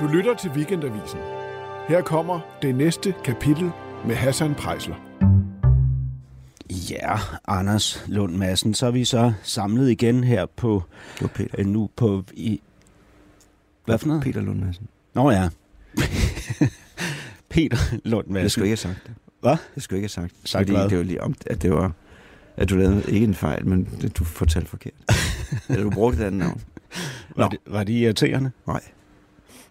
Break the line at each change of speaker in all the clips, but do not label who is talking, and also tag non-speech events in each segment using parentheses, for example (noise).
Du lytter til Weekendavisen. Her kommer det næste kapitel med Hassan Prejsler.
Ja, Anders Lund Madsen, så er vi så samlet igen her på,
Det var Peter.
øh, nu på, i, hvad for noget?
Peter Lund Madsen.
Nå ja, Peter Lund
Jeg
Madsen.
skulle ikke have sagt det.
Hvad?
Jeg skulle ikke have sagt det.
Sagt
fordi
hvad?
det var lige om, at det var... At du lavede ikke en fejl, men det, du fortalte
(laughs)
forkert. Eller du brugte et andet navn.
Var
Nå.
det, var det irriterende?
Nej.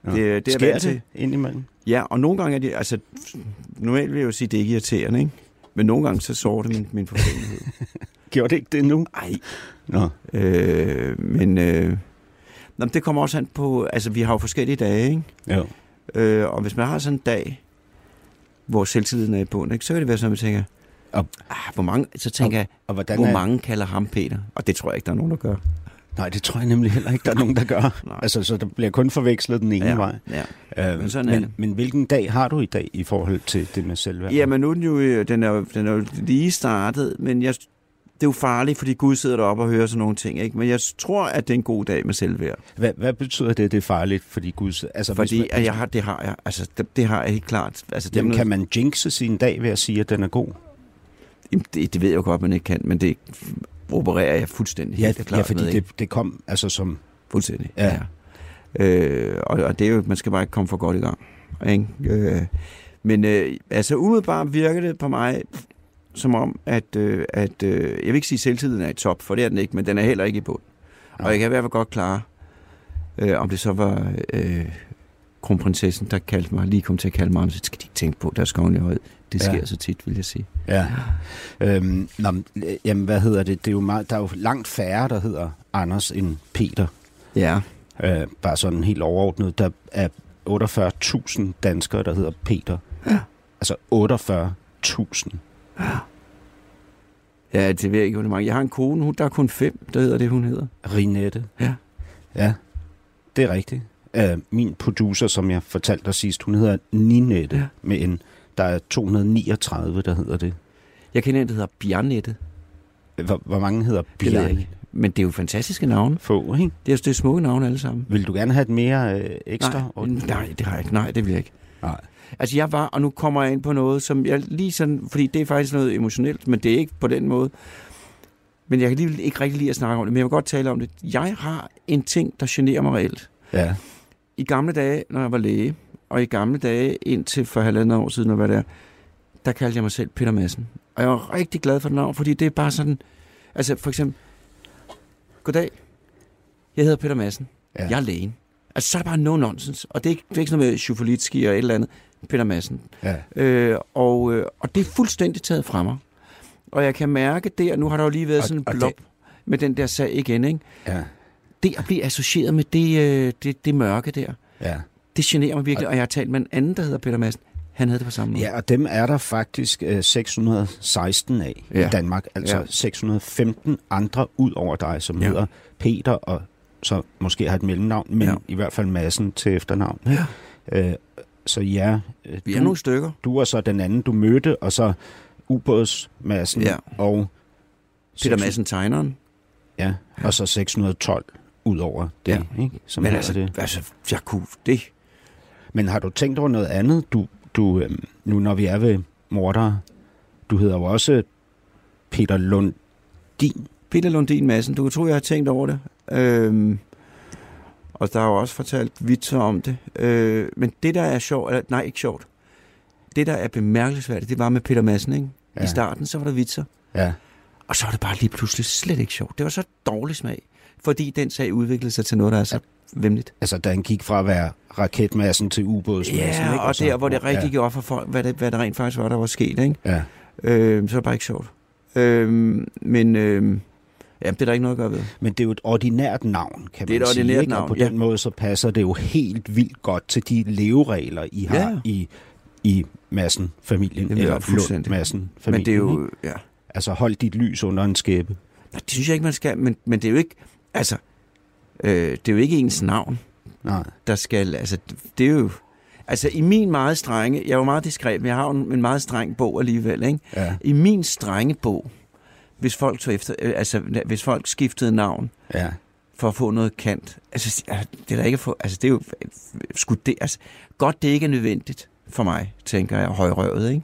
Nå.
Det, det er
Sker
vant til.
det indimellem?
Ja, og nogle gange er det, altså, normalt vil jeg jo sige, at det ikke er irriterende, ikke? Men nogle gange, så sår det min,
(laughs)
min forfængelighed.
Gjorde det ikke det nu?
Ej,
Nå,
øh, men, øh, nå, men det kommer også an på, altså, vi har jo forskellige dage, ikke?
jo.
Øh, og hvis man har sådan en dag, hvor selvtilliden er i bund, ikke, så kan det være sådan, at man tænker,
Og-
ah, hvor mange, så tænker jeg,
Og hvordan
hvor
er,
mange kalder ham Peter? Og det tror jeg ikke, der er nogen, der gør.
Nej, det tror jeg nemlig heller ikke, der er nogen, der gør.
Nej.
Altså, så der bliver kun forvekslet den ene
ja,
vej.
Ja.
Øh,
Men sådan er
men,
det.
men hvilken dag har du i dag i forhold til det med selvværd?
ja, men nu er den jo, øh, den er, jo- den er jo lige startet, men jeg, det er jo farligt, fordi Gud sidder deroppe og hører sådan nogle ting, ikke? Men jeg tror, at det er en god dag med selvværd.
Hvad, hvad betyder det, det er farligt? Fordi, Gud, altså, hvis
Fordi
man,
at jeg har, det har jeg, altså det, det har jeg helt klart. Altså, det, er
jamen,
noget-
kan man jinxe sin dag ved at sige, at den er god?
Jamen, det, det ved jeg jo godt, man ikke kan, men det opererer jeg fuldstændig
Ja,
helt klart
ja fordi
med, ikke?
det, det kom altså som...
Fuldstændig,
Ja.
ja. ja. Øh, og, og det er jo, man skal bare ikke komme for godt i gang. Ikke? Øh, men øh, altså umiddelbart virker det på mig som om, at, øh, at øh, jeg vil ikke sige, at selvtiden er i top, for det er den ikke, men den er heller ikke i bund.
Nej.
Og jeg kan i hvert fald godt klare, øh, om det så var øh, kronprinsessen, der kaldte mig, lige kom til at kalde mig, om så skal de ikke tænke på, der skal ordentligt højt. Det
Ja.
sker så tit, vil jeg sige.
Ja. Øhm, nå, men, øh, jamen, hvad hedder det? det er jo meget, der er jo langt færre, der hedder Anders end Peter.
Ja.
Øh, bare sådan helt overordnet. Der er 48.000 danskere, der hedder Peter.
Ja.
Altså 48.000.
Ja, det ved jeg ikke, hvor det er mange. Jeg har en kone, hun, der er kun fem, der hedder det, hun hedder.
Rinette.
Ja.
Ja, det er rigtigt. Øh, min producer, som jeg fortalte dig sidst, hun hedder Ninette ja.
Ja.
med en. Der er 239, der hedder det.
Jeg kender en, der hedder Bjarnette.
Hvor, hvor mange hedder
Det ved jeg
Bjarne?
ikke. Men det er jo fantastiske navne.
Få, ikke?
Det er, det er smukke navne alle sammen.
Vil du gerne have et mere øh, ekstra?
Nej, nej, det har jeg ikke. Nej, det vil jeg ikke.
Nej.
Altså jeg var, og nu kommer jeg ind på noget, som jeg lige sådan, fordi det er faktisk noget emotionelt, men det er ikke på den måde. Men jeg kan alligevel ikke rigtig lide at snakke om det, men jeg vil godt tale om det. Jeg har en ting, der generer mig reelt.
Ja.
I gamle dage, når jeg var læge, og i gamle dage indtil for halvandet år siden, og hvad det er, der kaldte jeg mig selv Peter Madsen. Og jeg var rigtig glad for den navn, fordi det er bare sådan... Altså for eksempel... Goddag, jeg hedder Peter Madsen.
Ja.
Ja. Jeg er lægen. Altså så er der bare no nonsense. Og det er ikke, det er ikke sådan noget med Schufolitski og et eller andet. Peter Madsen.
ja.
Øh, og, øh, og det er fuldstændig taget fra mig. Og jeg kan mærke der, nu har der jo lige været
Og-
og, sådan en
og det-
blop med den der sag igen, ikke?
Ja.
Det at blive associeret med det, øh, det, det mørke der,
Ja.
det generer mig virkelig. Og jeg har talt med en anden, der hedder Peter Madsen. Han havde det på samme måde.
ja, og dem er der faktisk øh, 616 af ja.
Ja.
i Danmark. Altså ja.
Ja.
615 andre ud over dig, som ja.
Ja.
hedder Peter og så måske har et mellemnavn, men ja.
Ja.
i hvert fald massen til efternavn.
Ja.
Øh, så ja, øh,
Vi
du,
er nogle stykker.
du og så den anden, du mødte, og så ubådsmassen
Ja.
og...
Peter
600
Madsen, tegneren.
Ja, og så 612 ud over det, ja. ikke? Som
Men
hedder
altså,
det.
altså, jeg kunne det.
Men har du tænkt over noget andet? Du, du, øhm, nu når vi er ved mordere, du hedder jo også Peter Lundin.
Peter Lundin Madsen, du kan tro, jeg har tænkt over det. Øhm, og der er jo også fortalt vitser om det. Øh, men det, der er sjovt, eller nej, ikke sjovt. Det, der er bemærkelsesværdigt, det var med Peter Madsen, ikke? Ja.
Ja.
I starten, så var der vitser.
Ja,
Og så var det bare lige pludselig slet ikke sjovt. Det var så dårlig smag. Fordi den sag udviklede sig til noget, der er så vemmeligt.
altså da han gik fra at være raketmassen til ubådsmassen.
Ja,
ikke?
og
så-
der, hvor det rigtig
ja.
gik op for folk, hvad det, hvad det rent faktisk var, der var sket, ikke?
Ja.
Øh, så var det bare ikke sjovt. Øh, men øh, ja, det er der ikke noget at gøre ved.
Men det er jo et ordinært navn, kan
Det er
man
et
sige.
ordinært
ikke? Og
navn,
på
ja.
den måde så passer det jo helt vildt godt til de leveregler, I har
Ja.
i, i massen familien.
Jamen, ja,
eller Lund
fuldstændig.
massen familien.
Men det er
ikke?
jo... Ja.
Altså hold dit lys under en skæbe.
Nej, det synes jeg ikke, man skal, men, men det er jo ikke, altså, øh, det er jo ikke ens navn,
Nej.
der skal, altså, det er jo, altså i min meget strenge, jeg er jo meget diskret, men jeg har jo en, en meget streng bog alligevel, ikke?
Ja.
I min strenge bog, hvis folk, tog efter, øh, altså, hvis folk skiftede navn,
Ja.
for at få noget kant. Altså, det er da ikke for, altså, det er jo skulle det, altså, godt det ikke er nødvendigt for mig, tænker jeg, højrøvet, ikke?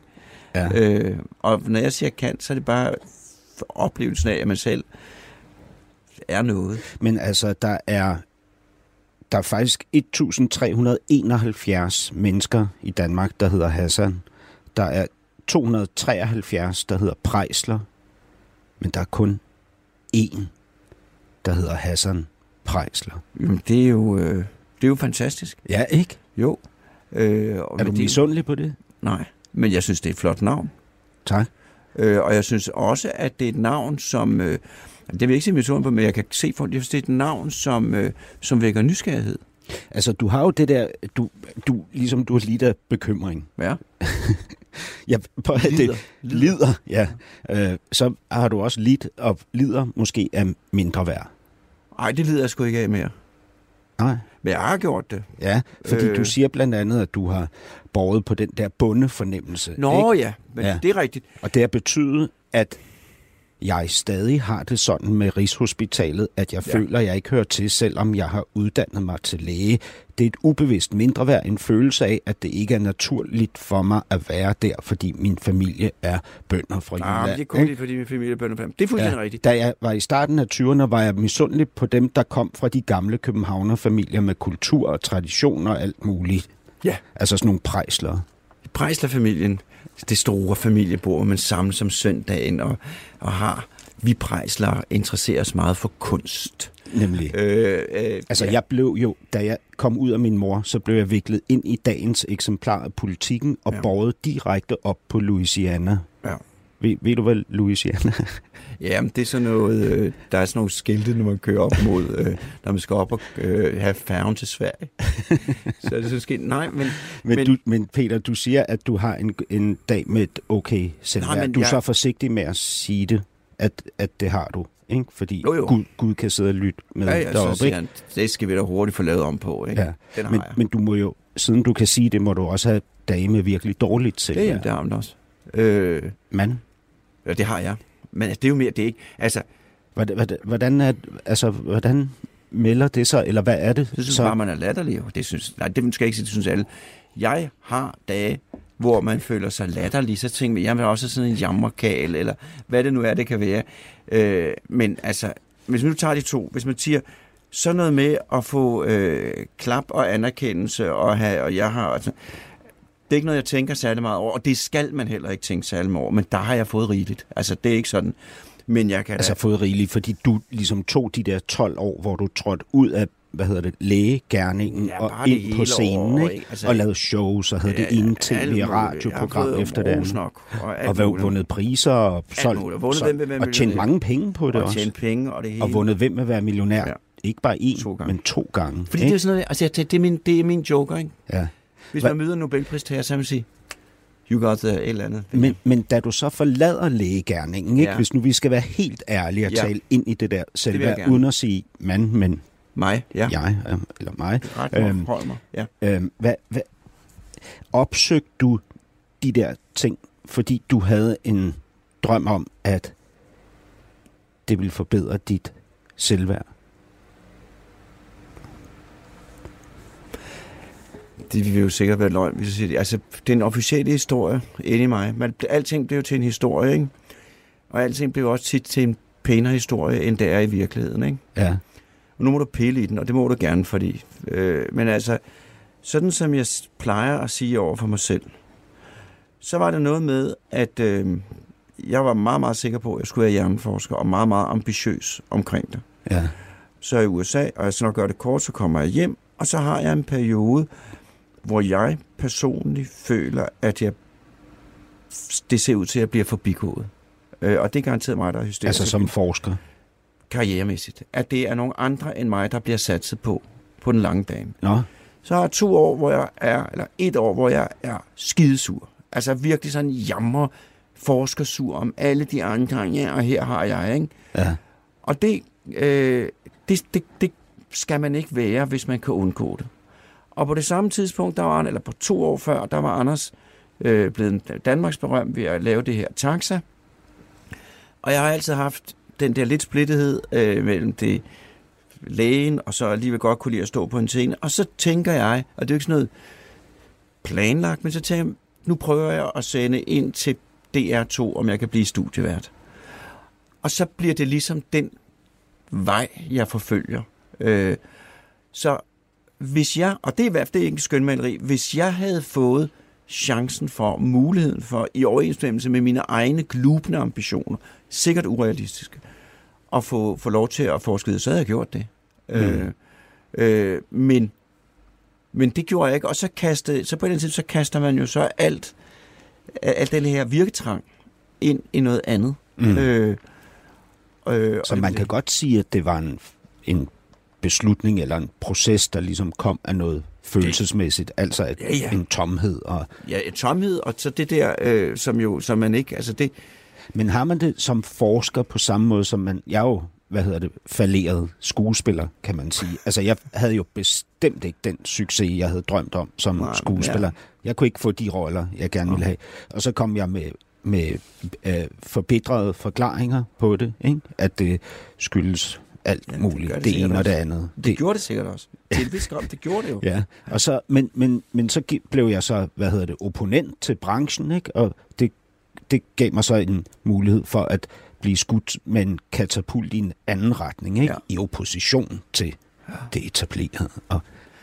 Ja.
Øh, og når jeg siger kant, så er det bare oplevelsen af, at man selv er noget.
Men altså, der er, der er faktisk 1.371 mennesker i Danmark, der hedder Hassan. Der er 273, der hedder Prejsler. Men der er kun én, der hedder Hassan Prejsler.
Jamen, det er jo, øh, det er jo fantastisk.
Ja, ikke?
Jo. Øh, og
Er
men
du
det-
misundelig på det?
Nej, men jeg synes, det er et flot navn.
Tak.
Øh, og jeg synes også, at det er et navn, som... Øh, det vil jeg ikke sige misundelig på, men jeg kan se for det. Jeg synes, det er et navn, som, øh, som vækker nysgerrighed.
Altså, du har jo det der, du, du, ligesom du har lidt af bekymring.
Ja.
(laughs) Jeg, på, det,
Lider.
lider, ja. Øh, så har du også lidt og lider måske af mindre værd.
Ej, det lider jeg sgu ikke af mere.
Nej.
Men jeg har gjort det.
Ja, fordi øh.
Øh.
du siger blandt andet, at du har borget på den der bunde fornemmelse.
Nå ja, men
Ja.
ja. det er rigtigt.
Og det har betydet, at jeg stadig har det sådan med Rigshospitalet, at jeg ja.
Ja.
føler, at jeg ikke hører til, selvom jeg har uddannet mig til læge. Det er et ubevidst mindre værd, en følelse af, at det ikke er naturligt for mig at være der, fordi min familie er bønder fra
Nej, Ah, men
Jylland.
det er kun
ikke?
lidt, fordi min familie er bønder Det er fuldstændig ja. rigtigt.
Da jeg var i starten af 20'erne, var jeg misundelig på dem, der kom fra de gamle københavnerfamilier med kultur og traditioner og alt muligt.
Ja.
Altså sådan nogle prejslere.
Prejslerfamilien, det store familiebord, hvor man samles om søndagen og, og har... Vi prejsler interesserer os meget for kunst.
Nemlig.
Øh, øh,
Altså, jeg blev jo, da jeg kom ud af min mor, så blev jeg viklet ind i dagens eksemplar af politikken og ja.
Ja.
båret direkte op på Louisiana.
Ja.
Ved, ved du hvad Louisiana?
Ja, men det er sådan noget, øh, der er sådan nogle skilte, når man kører op mod, øh, når man skal op og øh, have færgen til Sverige. så er det sådan skilt. Nej, men,
Men, men,
Men-
du, men Peter, du siger, at du har en, en dag med et okay selvværd.
Nej, men
du er
jeg-
så forsigtig med at sige det, at, at det har du. Ikke? Fordi
Jo, jo.
Gud, Gud kan sidde og lytte med
ja, ja, så
deroppe.
siger
Ikke?
han, det skal vi da hurtigt få lavet om på. Ikke?
Ja.
Den har
Men,
jeg.
men du må jo, siden du kan sige det, må du også have dage med virkelig dårligt
det, ja.
selvværd.
det har man også. Øh,
Mand,
ja, det har jeg. Men det er jo mere, det er ikke. Altså,
hvordan, hvordan- hvordan, er, altså, hvordan melder det sig, eller hvad er det?
så synes så... bare, man er latterlig. jo. Det synes, nej, det skal jeg ikke sige, det synes alle. Jeg har dage, hvor man føler sig latterlig, så tænker man, jeg vil også have sådan en jammerkal, eller hvad det nu er, det kan være. Øh, men altså, hvis man nu tager de to, hvis man siger, sådan noget med at få øh, klap og anerkendelse, og, have, og jeg har... Og sådan, det er ikke noget, jeg tænker særlig meget over, og det skal man heller ikke tænke særlig meget over, men der har jeg fået rigeligt. Altså, det er ikke sådan. Men jeg kan da-
altså fået rigeligt, fordi du ligesom tog de der 12 år, hvor du trådte ud af, hvad hedder det, lægegærningen
Ja,
og
bare det
ind på
hele
scenen,
år,
ikke?
ikke?
Altså,
Altså-
og lavede shows, og havde ja, det ene tv-radioprogram efter det andet.
Nok, og, alt
Og var
muligt.
vundet priser og solgt,
muligt. Vundet
solgt-
Hvem vil være
og tjent
millionær?
mange penge på det
og
også.
tjene penge og det hele.
Og vundet hvem vil være millionær.
Ja.
Ikke bare én,
To gange.
men to gange.
Fordi det er
ikke?
jo sådan noget, altså jeg tænker, det er min, det er min joker, ikke?
ja.
Hvis
Hvad-
man møder en Nobelpristager, så vil man sige, you got the et eller andet.
Men, men da du så forlader lægegærningen, ikke? Ja.
Ja.
hvis nu vi skal være helt ærlige og ja.
Ja.
tale ind i det der selvværd,
gerne.
uden at sige mand, men
mig, ja. ja.
jeg, øh, eller mig,
Ret
Øhm,
øhm, hold mig. Ja.
Øhm, hvad, hvad, opsøgte du de der ting, fordi du havde en drøm om, at det ville forbedre dit selvværd?
Det vil jo sikkert være løgn, hvis jeg siger det. Altså, den officielle historie inde i mig. Man, alting blev jo til en historie, ikke? Og alting blev også tit til en pænere historie, end det er i virkeligheden, ikke?
Ja.
Og nu må du pille i den, og det må du gerne, fordi... Øh, men altså, sådan som jeg s- plejer at sige over for mig selv, så var det noget med, at øh, jeg var meget, meget sikker på, at jeg skulle være hjerneforsker, og meget, meget ambitiøs omkring det.
Ja. Altså
Så er jeg i USA, og jeg skal nok gøre det kort, så kommer jeg hjem, og så har jeg en periode, hvor jeg personligt føler, at jeg det ser ud til, at jeg bliver forbigået. Øh, og det er garanteret mig, der er hysterisk
Altså som forsker.
karrieremæssigt, at det er nogle andre end mig, der bliver satset på på den lange bane.
Nå,
Så har jeg to år, hvor jeg er, eller et år, hvor jeg er skidesur. Altså virkelig sådan jammer, forskersur om alle de andre, ja, og her har jeg, ikke?
ja.
Og det, øh, det, det, det skal man ikke være, hvis man kan undgå det. Og på det samme tidspunkt, der var han, eller på to år før, der var Anders øh, blevet Danmarks berømt ved at lave det her taxa. Og jeg har altid haft den der lidt splittethed øh, mellem det lægen, og så alligevel godt kunne lide at stå på en scene. Og så tænker jeg, og det er jo ikke sådan noget planlagt, men så tænker jeg, nu prøver jeg at sende ind til DR2, om jeg kan blive studievært. Og så bliver det ligesom den vej, jeg forfølger. Øh, så hvis jeg, og det er i hvert fald det er ikke en skønmaleri, hvis jeg havde fået chancen for, muligheden for, i overensstemmelse med mine egne glubende ambitioner, sikkert urealistiske, at få, få lov til at forske videre, så havde jeg gjort det. Mm. Øh, øh, men, men det gjorde jeg ikke, og så, kastede, så på den tid, så kaster man jo så alt, alt den her virketrang ind i noget andet.
Mm.
Øh, øh, og
Så
det-
man kan godt sige, at det var en, en beslutning eller en proces, der ligesom kom af noget følelsesmæssigt, altså et,
Ja, ja.
en tomhed. Og,
Ja, tomhed, og så det der, øh, som jo, som man ikke, altså det,
men har man det som forsker på samme måde, som man... Jeg er jo, hvad hedder det, falderet skuespiller, kan man sige. Altså, jeg havde jo bestemt ikke den succes, jeg havde drømt om som
Nej,
Nej, skuespiller. Ja. Jeg kunne ikke få de roller, jeg gerne ville have. Og så kom jeg med med øh, forbedrede forklaringer på det, ikke? at det skyldes alt
Ja,
ja,
det
muligt,
gør det
det, det
sikkert
ene og det
også.
andet.
det, det gjorde det sikkert også. Til en vis grad, det gjorde det jo.
Ja, og så, men, men, men så gi- blev jeg så, hvad hedder det, opponent til branchen, ikke? og det, det gav mig så en mulighed for at blive skudt med en katapult i en anden retning, ikke?
Ja.
Ja. i opposition til det etablerede. Og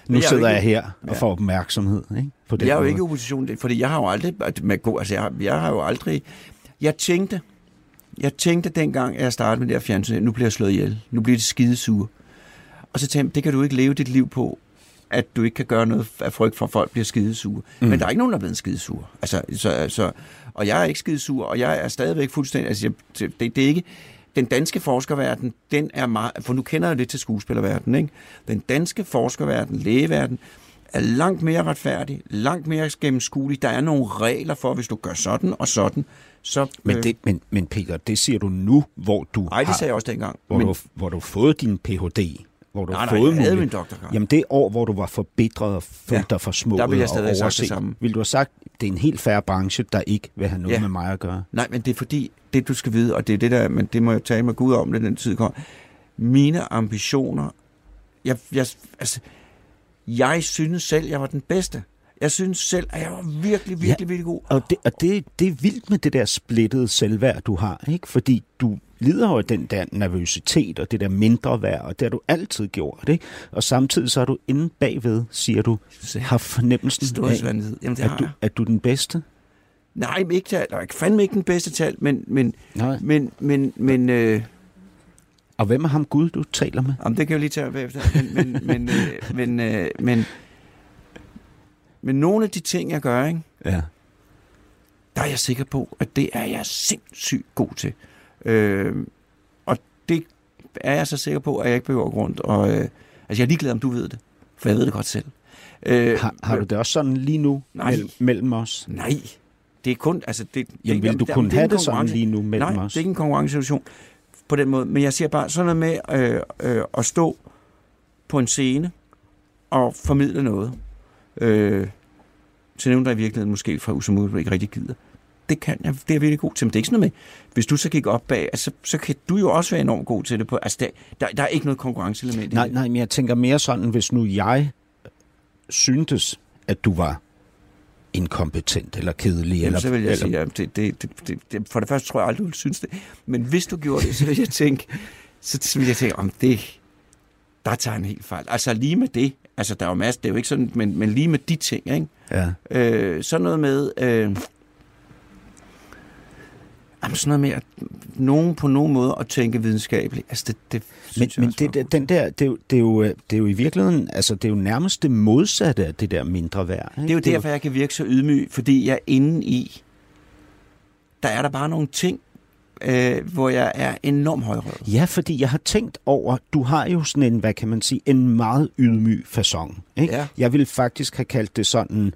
nu
Men jeg er jo
jeg sidder
ikke-
jeg her og
Ja.
får opmærksomhed ikke? på det.
Jeg er jo ikke i opposition, det- fordi jeg har jo aldrig, med god, altså jeg, har- jeg har jo aldrig, jeg tænkte, jeg tænkte dengang, at jeg startede med det her fjernsyn, nu bliver jeg slået ihjel, nu bliver det skidesure. Og så tænkte jeg, det kan du ikke leve dit liv på, at du ikke kan gøre noget af frygt for, at folk bliver skidesure. Mm. Men der er ikke nogen, der er blevet skidesure. Altså, så, så, og jeg er ikke skidesur, og jeg er stadigvæk fuldstændig... Altså, jeg, det, det er ikke... Den danske forskerverden, den er meget... For nu kender jeg lidt til skuespillerverdenen, ikke? Den danske forskerverden, lægeverden, er langt mere retfærdig, langt mere gennemskuelig. Der er nogle regler for, hvis du gør sådan og sådan, så...
men, det, men, men Peter, det siger du nu, hvor du
Ej, det
har
sagde jeg også dengang.
hvor, men... du, hvor du har fået din Ph.D., hvor du
nej,
har
nej,
fået
jeg havde
mulighed-
min doktorgrad.
Jamen det år, hvor du var forbitret og følte
Ja,
ja, dig for små
der ville jeg
og
stadig have sagt det
overset,
samme.
ville du have sagt, det er en helt færre branche, der ikke vil have noget ja.
Ja.
med mig at gøre.
Nej, men det er fordi, det du skal vide, og det er det der, men det må jeg tale med Gud om, når den tid kommer. Mine ambitioner, jeg, jeg, altså, jeg synes selv, jeg var den bedste. Jeg synes selv, at jeg var virkelig, virkelig, ja. virkelig god.
Og, det, og det, det er vildt med det der splittede selvværd, du har, ikke? Fordi du lider jo af den der nervøsitet og det der mindre værd, og det har du altid gjort, ikke? Og samtidig så er du inde bagved, siger du, har fornemmelsen af,
Storhedsvandhed. Jamen, det
at
har
du,
jeg.
at du er den bedste.
Nej, men ikke til alt. Jeg fandme ikke den bedste tal, men, men,
Nej.
men, men, men øh,
Og hvem er ham Gud, du taler med?
Jamen, det kan jeg lige tage bagefter. Men, men, men, øh, men, øh, men, men nogle af de ting, jeg gør, ikke,
Ja.
der er jeg sikker på, at det er jeg sindssygt god til. Øh, og det er jeg så sikker på, at jeg ikke behøver at gå rundt. Og, øh, altså, jeg er ligeglad, om du ved det. For jeg ved det godt selv. Øh,
Har, har du det også sådan lige nu
Nej.
mellem, mellem os?
Nej, det er kun... Altså, det,
Jamen,
det,
vil du
der-
kunne
det er
have
en
det sådan
konkurrence.
lige nu mellem
Nej,
os?
det er ikke en konkurrencesituation på den måde. Men jeg siger bare, sådan noget med øh, øh, at stå på en scene og formidle noget øh, til nogen, der i virkeligheden måske fra Usamu ikke rigtig gider. Det kan jeg, det er jeg virkelig god til, men det er ikke sådan noget med, hvis du så gik op bag, altså, så kan du jo også være enormt god til det. På, altså, der, der, der er ikke noget konkurrenceelement i
Nej,
det.
nej, men jeg tænker mere sådan, hvis nu jeg øh, syntes, at du var inkompetent eller kedelig.
Jamen,
eller,
så vil jeg
eller,
sige, at det, det, det, det, det, for det første tror jeg aldrig, du ville synes det. Men hvis du gjorde det, så vil jeg tænke, så, så vil jeg tænke, om det, der tager en helt fejl. Altså lige med det, altså der er jo masser, det er jo ikke sådan, men, men lige med de ting, ikke?
Ja.
Øh, sådan noget med, øh, jamen sådan noget med, at nogen på nogen måde at tænke videnskabeligt, altså det,
Men,
det synes jeg
men
også var
det, det,
godt.
den der, det, er jo- det, er jo, øh, det er jo i virkeligheden, altså det er jo nærmest det modsatte af det der mindre værd. Ikke?
Det er jo derfor, jeg kan virke så ydmyg, fordi jeg inde i, der er der bare nogle ting, øh, hvor jeg er enormt højrøvet.
Ja, fordi jeg har tænkt over, du har jo sådan en, hvad kan man sige, en meget ydmyg façon. Ikke?
Ja.
Jeg ville faktisk have kaldt det sådan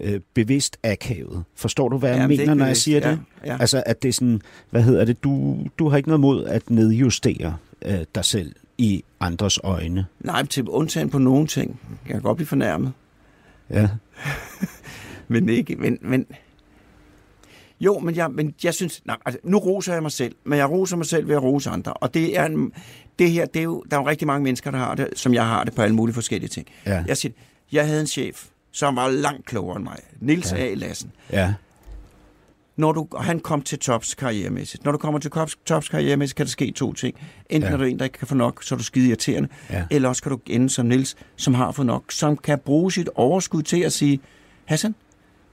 øh, bevidst akavet. Forstår du, hvad jeg
Jamen, det er
mener,
ikke
når jeg
bevidst.
siger
Ja,
det?
ja.
Altså, at det er sådan, hvad hedder det, du, du har ikke noget mod at nedjustere øh, dig selv i andres øjne.
Nej, til undtagen på nogle ting. Jeg kan godt blive fornærmet,
Ja.
men ikke, men, men Jo, men jeg, men jeg synes... Nej, altså, nu roser jeg mig selv, men jeg roser mig selv ved at rose andre. Og det er en, det her, det er jo, der er jo rigtig mange mennesker, der har det, som jeg har det på alle mulige forskellige ting.
Ja.
Jeg siger, jeg havde en chef, som var langt klogere end mig. Nils ja. A. Lassen.
Ja.
Når du, og han kom til tops karrieremæssigt. Når du kommer til tops, tops karrieremæssigt, kan der ske to ting. Enten
Ja.
ja. er du en, der ikke kan få nok, så er du skide irriterende.
Ja.
Eller også kan du ende som Nils, som har fået nok, som kan bruge sit overskud til at sige, Hassan,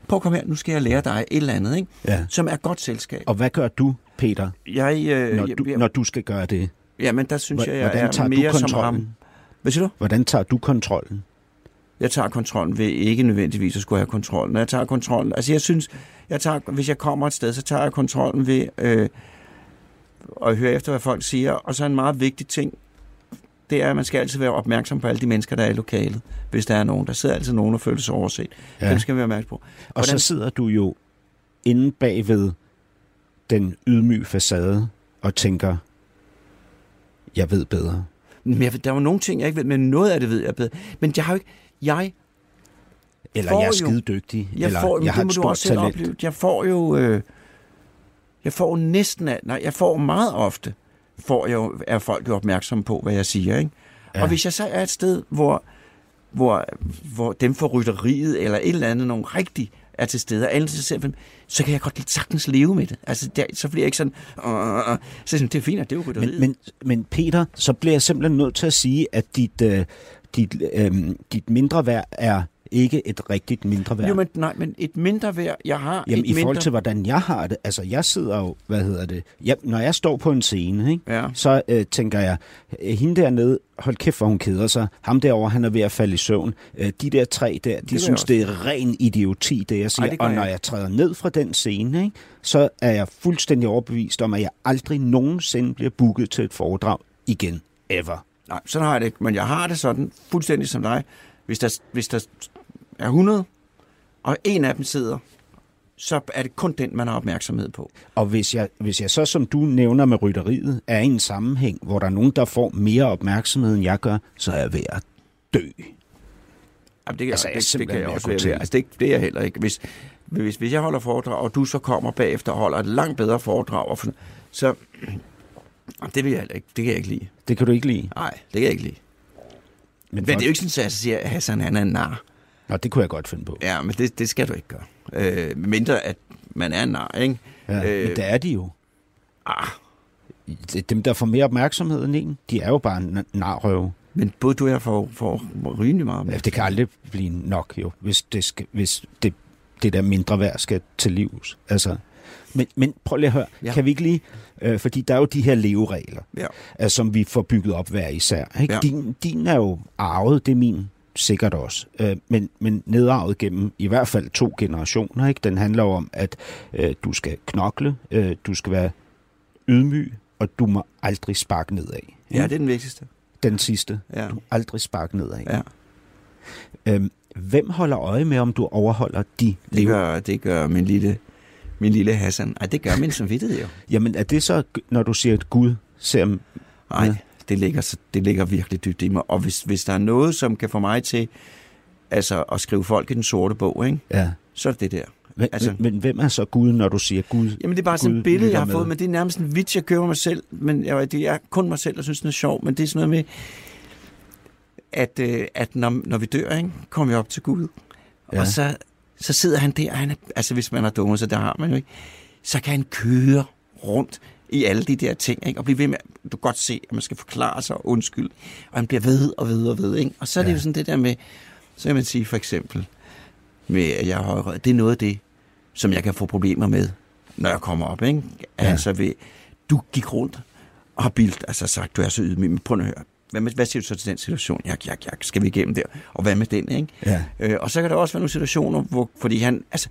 prøv at komme her, nu skal jeg lære dig et eller andet, ikke?
ja.
som er godt selskab.
Og hvad gør du, Peter,
Jeg, øh,
når
jeg,
du, når du skal gøre det?
jamen, der synes jeg, jeg
Hvordan
er
tager
mere
du
som ham.
kontrollen?
Hvad siger du?
Hvordan tager du kontrollen?
Jeg tager kontrollen ved ikke nødvendigvis at skulle have kontrollen. Jeg tager kontrollen. Altså, jeg synes, jeg tager, hvis jeg kommer et sted, så tager jeg kontrollen ved øh, at høre efter, hvad folk siger. Og så en meget vigtig ting, det er, at man skal altid være opmærksom på alle de mennesker, der er i lokalet, hvis der er nogen. Der sidder altid nogen, der føler sig overset. Ja. Dem skal vi være opmærksom på.
Og så
Hvordan-
sidder du jo inde bagved den ydmyge facade og tænker, jeg ved bedre.
Men jeg, ved- der er jo nogle ting, jeg ikke ved, men noget af det ved jeg bedre. Men jeg har jo ikke... Jeg
Eller
Får
jeg er
jo-
skide dygtig.
Jeg
eller
får,
jeg
jeg
har
det
et
må du
stort
også selv
talent.
opleve. Jeg får jo... Øh, jeg får jo næsten alt. Nej, jeg får meget ofte, får jeg jo, er folk jo opmærksomme på, hvad jeg siger. Ikke?
Ja.
Ja. Og hvis jeg så er et sted, hvor, hvor, hvor dem for rytteriet eller et eller andet, nogle rigtig er til stede, og alle til selv, så kan jeg godt lidt sagtens leve med det. Altså, der, så bliver jeg ikke sådan, "Åh, åh, åh." så er jeg sådan, det er fint, at det er jo
Men,
rytteriet.
men, men Peter, så bliver jeg simpelthen nødt til at sige, at dit, øh, dit, øh, dit mindre værd er ikke et rigtigt mindre værd.
jo, men, nej, men et mindre værd, jeg har
Jamen,
et
i
mindre...
forhold til, hvordan jeg har det, altså jeg sidder jo, hvad hedder det, jeg, når jeg står på en scene, ikke,
Ja.
så øh, tænker jeg, øh, hende dernede, hold kæft, hvor hun keder sig, ham derovre, han er ved at falde i søvn, øh, de der tre der, de
jeg
det synes,
også.
det er ren idioti, det jeg siger,
Ej, det gør
og når
jeg
jeg træder ned fra den scene, ikke, så er jeg fuldstændig overbevist om, at jeg aldrig nogensinde bliver booket til et foredrag igen, ever.
Nej, sådan har jeg det ikke. Men jeg har det sådan, fuldstændig som dig. Hvis der, hvis der er 100, og en af dem sidder, så er det kun den, man har opmærksomhed på.
Og hvis jeg, hvis jeg så, som du nævner med rytteriet, er i en sammenhæng, hvor der er nogen, der får mere opmærksomhed, end jeg gør, så er jeg ved at dø.
Jamen, det,
Altså,
altså,
jeg er
det, det
simpelthen
kan jeg
ved at
også
gå
være.
til.
ved. Altså, det, er ikke- det er jeg heller ikke. Hvis, hvis, hvis jeg holder foredrag, og du så kommer bagefter og holder et langt bedre foredrag, og for- så... Jamen, Det vil jeg heller ikke. Det kan jeg ikke lide.
Det kan du ikke lide.
Nej, det kan jeg ikke lide. Men det er jo ikke sådan, at jeg siger, at Hassan han er en nar.
Nå, det kunne jeg godt finde på.
Ja, men det, det skal du ikke gøre. Øh, mindre at man er en nar, ikke?
Ja, øh, men
Øh.
det er de jo.
Ah,
Det- Dem, der får mere opmærksomhed end en, de er jo bare n- narrøve.
Men både du og jeg får, får rygende meget
Ja,
med.
det kan aldrig blive nok jo, hvis det, skal, hvis det, det der mindre værd skal til livs. Altså, men, men prøv lige at høre, ja.
Ja.
kan vi ikke lige, øh, fordi der er jo de her leveregler,
Ja.
altså, som vi får bygget op hver især. Ikke? Ja.
Ja.
Din, din er jo arvet, det er min sikkert også, øh, men, men nedarvet gennem i hvert fald to generationer. Ikke? Den handler jo om, at øh, du skal knokle, øh, du skal være ydmyg, og du må aldrig sparke nedad.
ja, det er den vigtigste.
Den sidste.
Ja.
Du må aldrig sparke nedad.
Ja.
Øhm, hvem holder øje med, om du overholder de
Det
lever?
gør, det gør min lille, min lille Hassan. Ej, det gør min samvittighed jo.
Jamen, er det så, når du siger, at Gud ser... om-
Nej,
Ja.
det, ligger, så- det ligger virkelig dybt i mig. Og hvis, hvis der er noget, som kan få mig til altså, at skrive folk i den sorte bog, ikke?
Ja.
så er det det der.
Men, altså...
Altså-
men, hvem er så Gud, når du siger Gud?
Jamen, det er bare sådan
Gud
et billede,
lytter
jeg har
med.
fået, men det er nærmest en vits, jeg køber mig selv. Men jeg, det er kun mig selv, der synes, den er sjov. Men det er sådan noget med, at, øh, at når, når vi dør, ikke, kommer vi op til Gud.
Ja.
Ja. Og så, så sidder han der, og han er, altså hvis man har dummet sig, der har man jo ikke, så kan han køre rundt i alle de der ting, ikke? og blive ved med, du kan godt se, at man skal forklare sig og undskyld, og han bliver ved og ved og ved, ikke? og så er det
Ja.
jo sådan det der med, så kan man sige for eksempel, med at jeg er højrøget, det er noget af det, som jeg kan få problemer med, når jeg kommer op, ikke?
Ja.
Altså ved, du gik rundt og har bildt, altså sagt, du er så ydmyg, men prøv nu at høre, hvad, med, hvad siger du så til den situation? Jak, jak, jak, skal vi igennem der? Og hvad med den, ikke?
Ja.
Øh, og så kan der også være nogle situationer, hvor, fordi han, altså,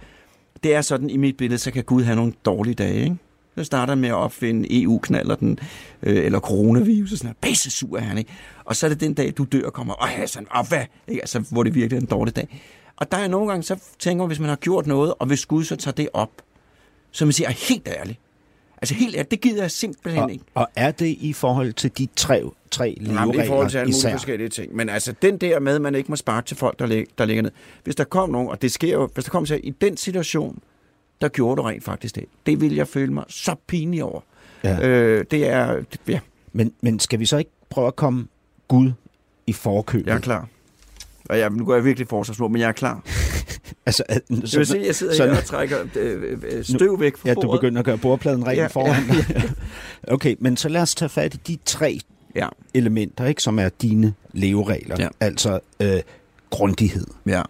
det er sådan i mit billede, så kan Gud have nogle dårlige dage, ikke? Så starter han med at opfinde EU-knaller den, øh, eller coronavirus, og sådan noget. Pisse sur er han, ikke? Og så er det den dag, du dør og kommer, og Hassan, og hvad? Ikke? Altså, hvor det virkelig er en dårlig dag. Og der er nogle gange, så tænker man, hvis man har gjort noget, og hvis Gud så tager det op, så man siger, "Ej, helt ærligt, altså helt ærligt, det gider jeg simpelthen
Og,
ikke.
og er det i forhold til de tre, tre
Nej, men det er i forhold til
leveregler
alle mulige
især?
forskellige ting. Men altså, den der med, at man ikke må sparke til folk, der, lig, der ligger ned. Hvis der kom nogen, og det sker jo, hvis der kom til, i den situation, der gjorde du rent faktisk det. Det vil jeg føle mig så pinlig over.
Ja.
Ja. Øh, det er... det- Ja,
Men, men skal vi så ikke prøve at komme Gud i forkøbet?
jeg er klar. Og jeg, nu går jeg virkelig forsvarsmord, men jeg er klar.
Altså, at-
Så, vil sige, jeg sidder
så-
her og trækker øh, øh, støv væk fra
ja,
bordet.
du begynder at gøre bordpladen ren
Ja,
ja,
ja,
foran (laughs) dig. okay, men så lad os tage fat i de tre
Ja.
elementer, ikke, som er dine leveregler.
Ja.
Altså øh, grundighed.
Ja.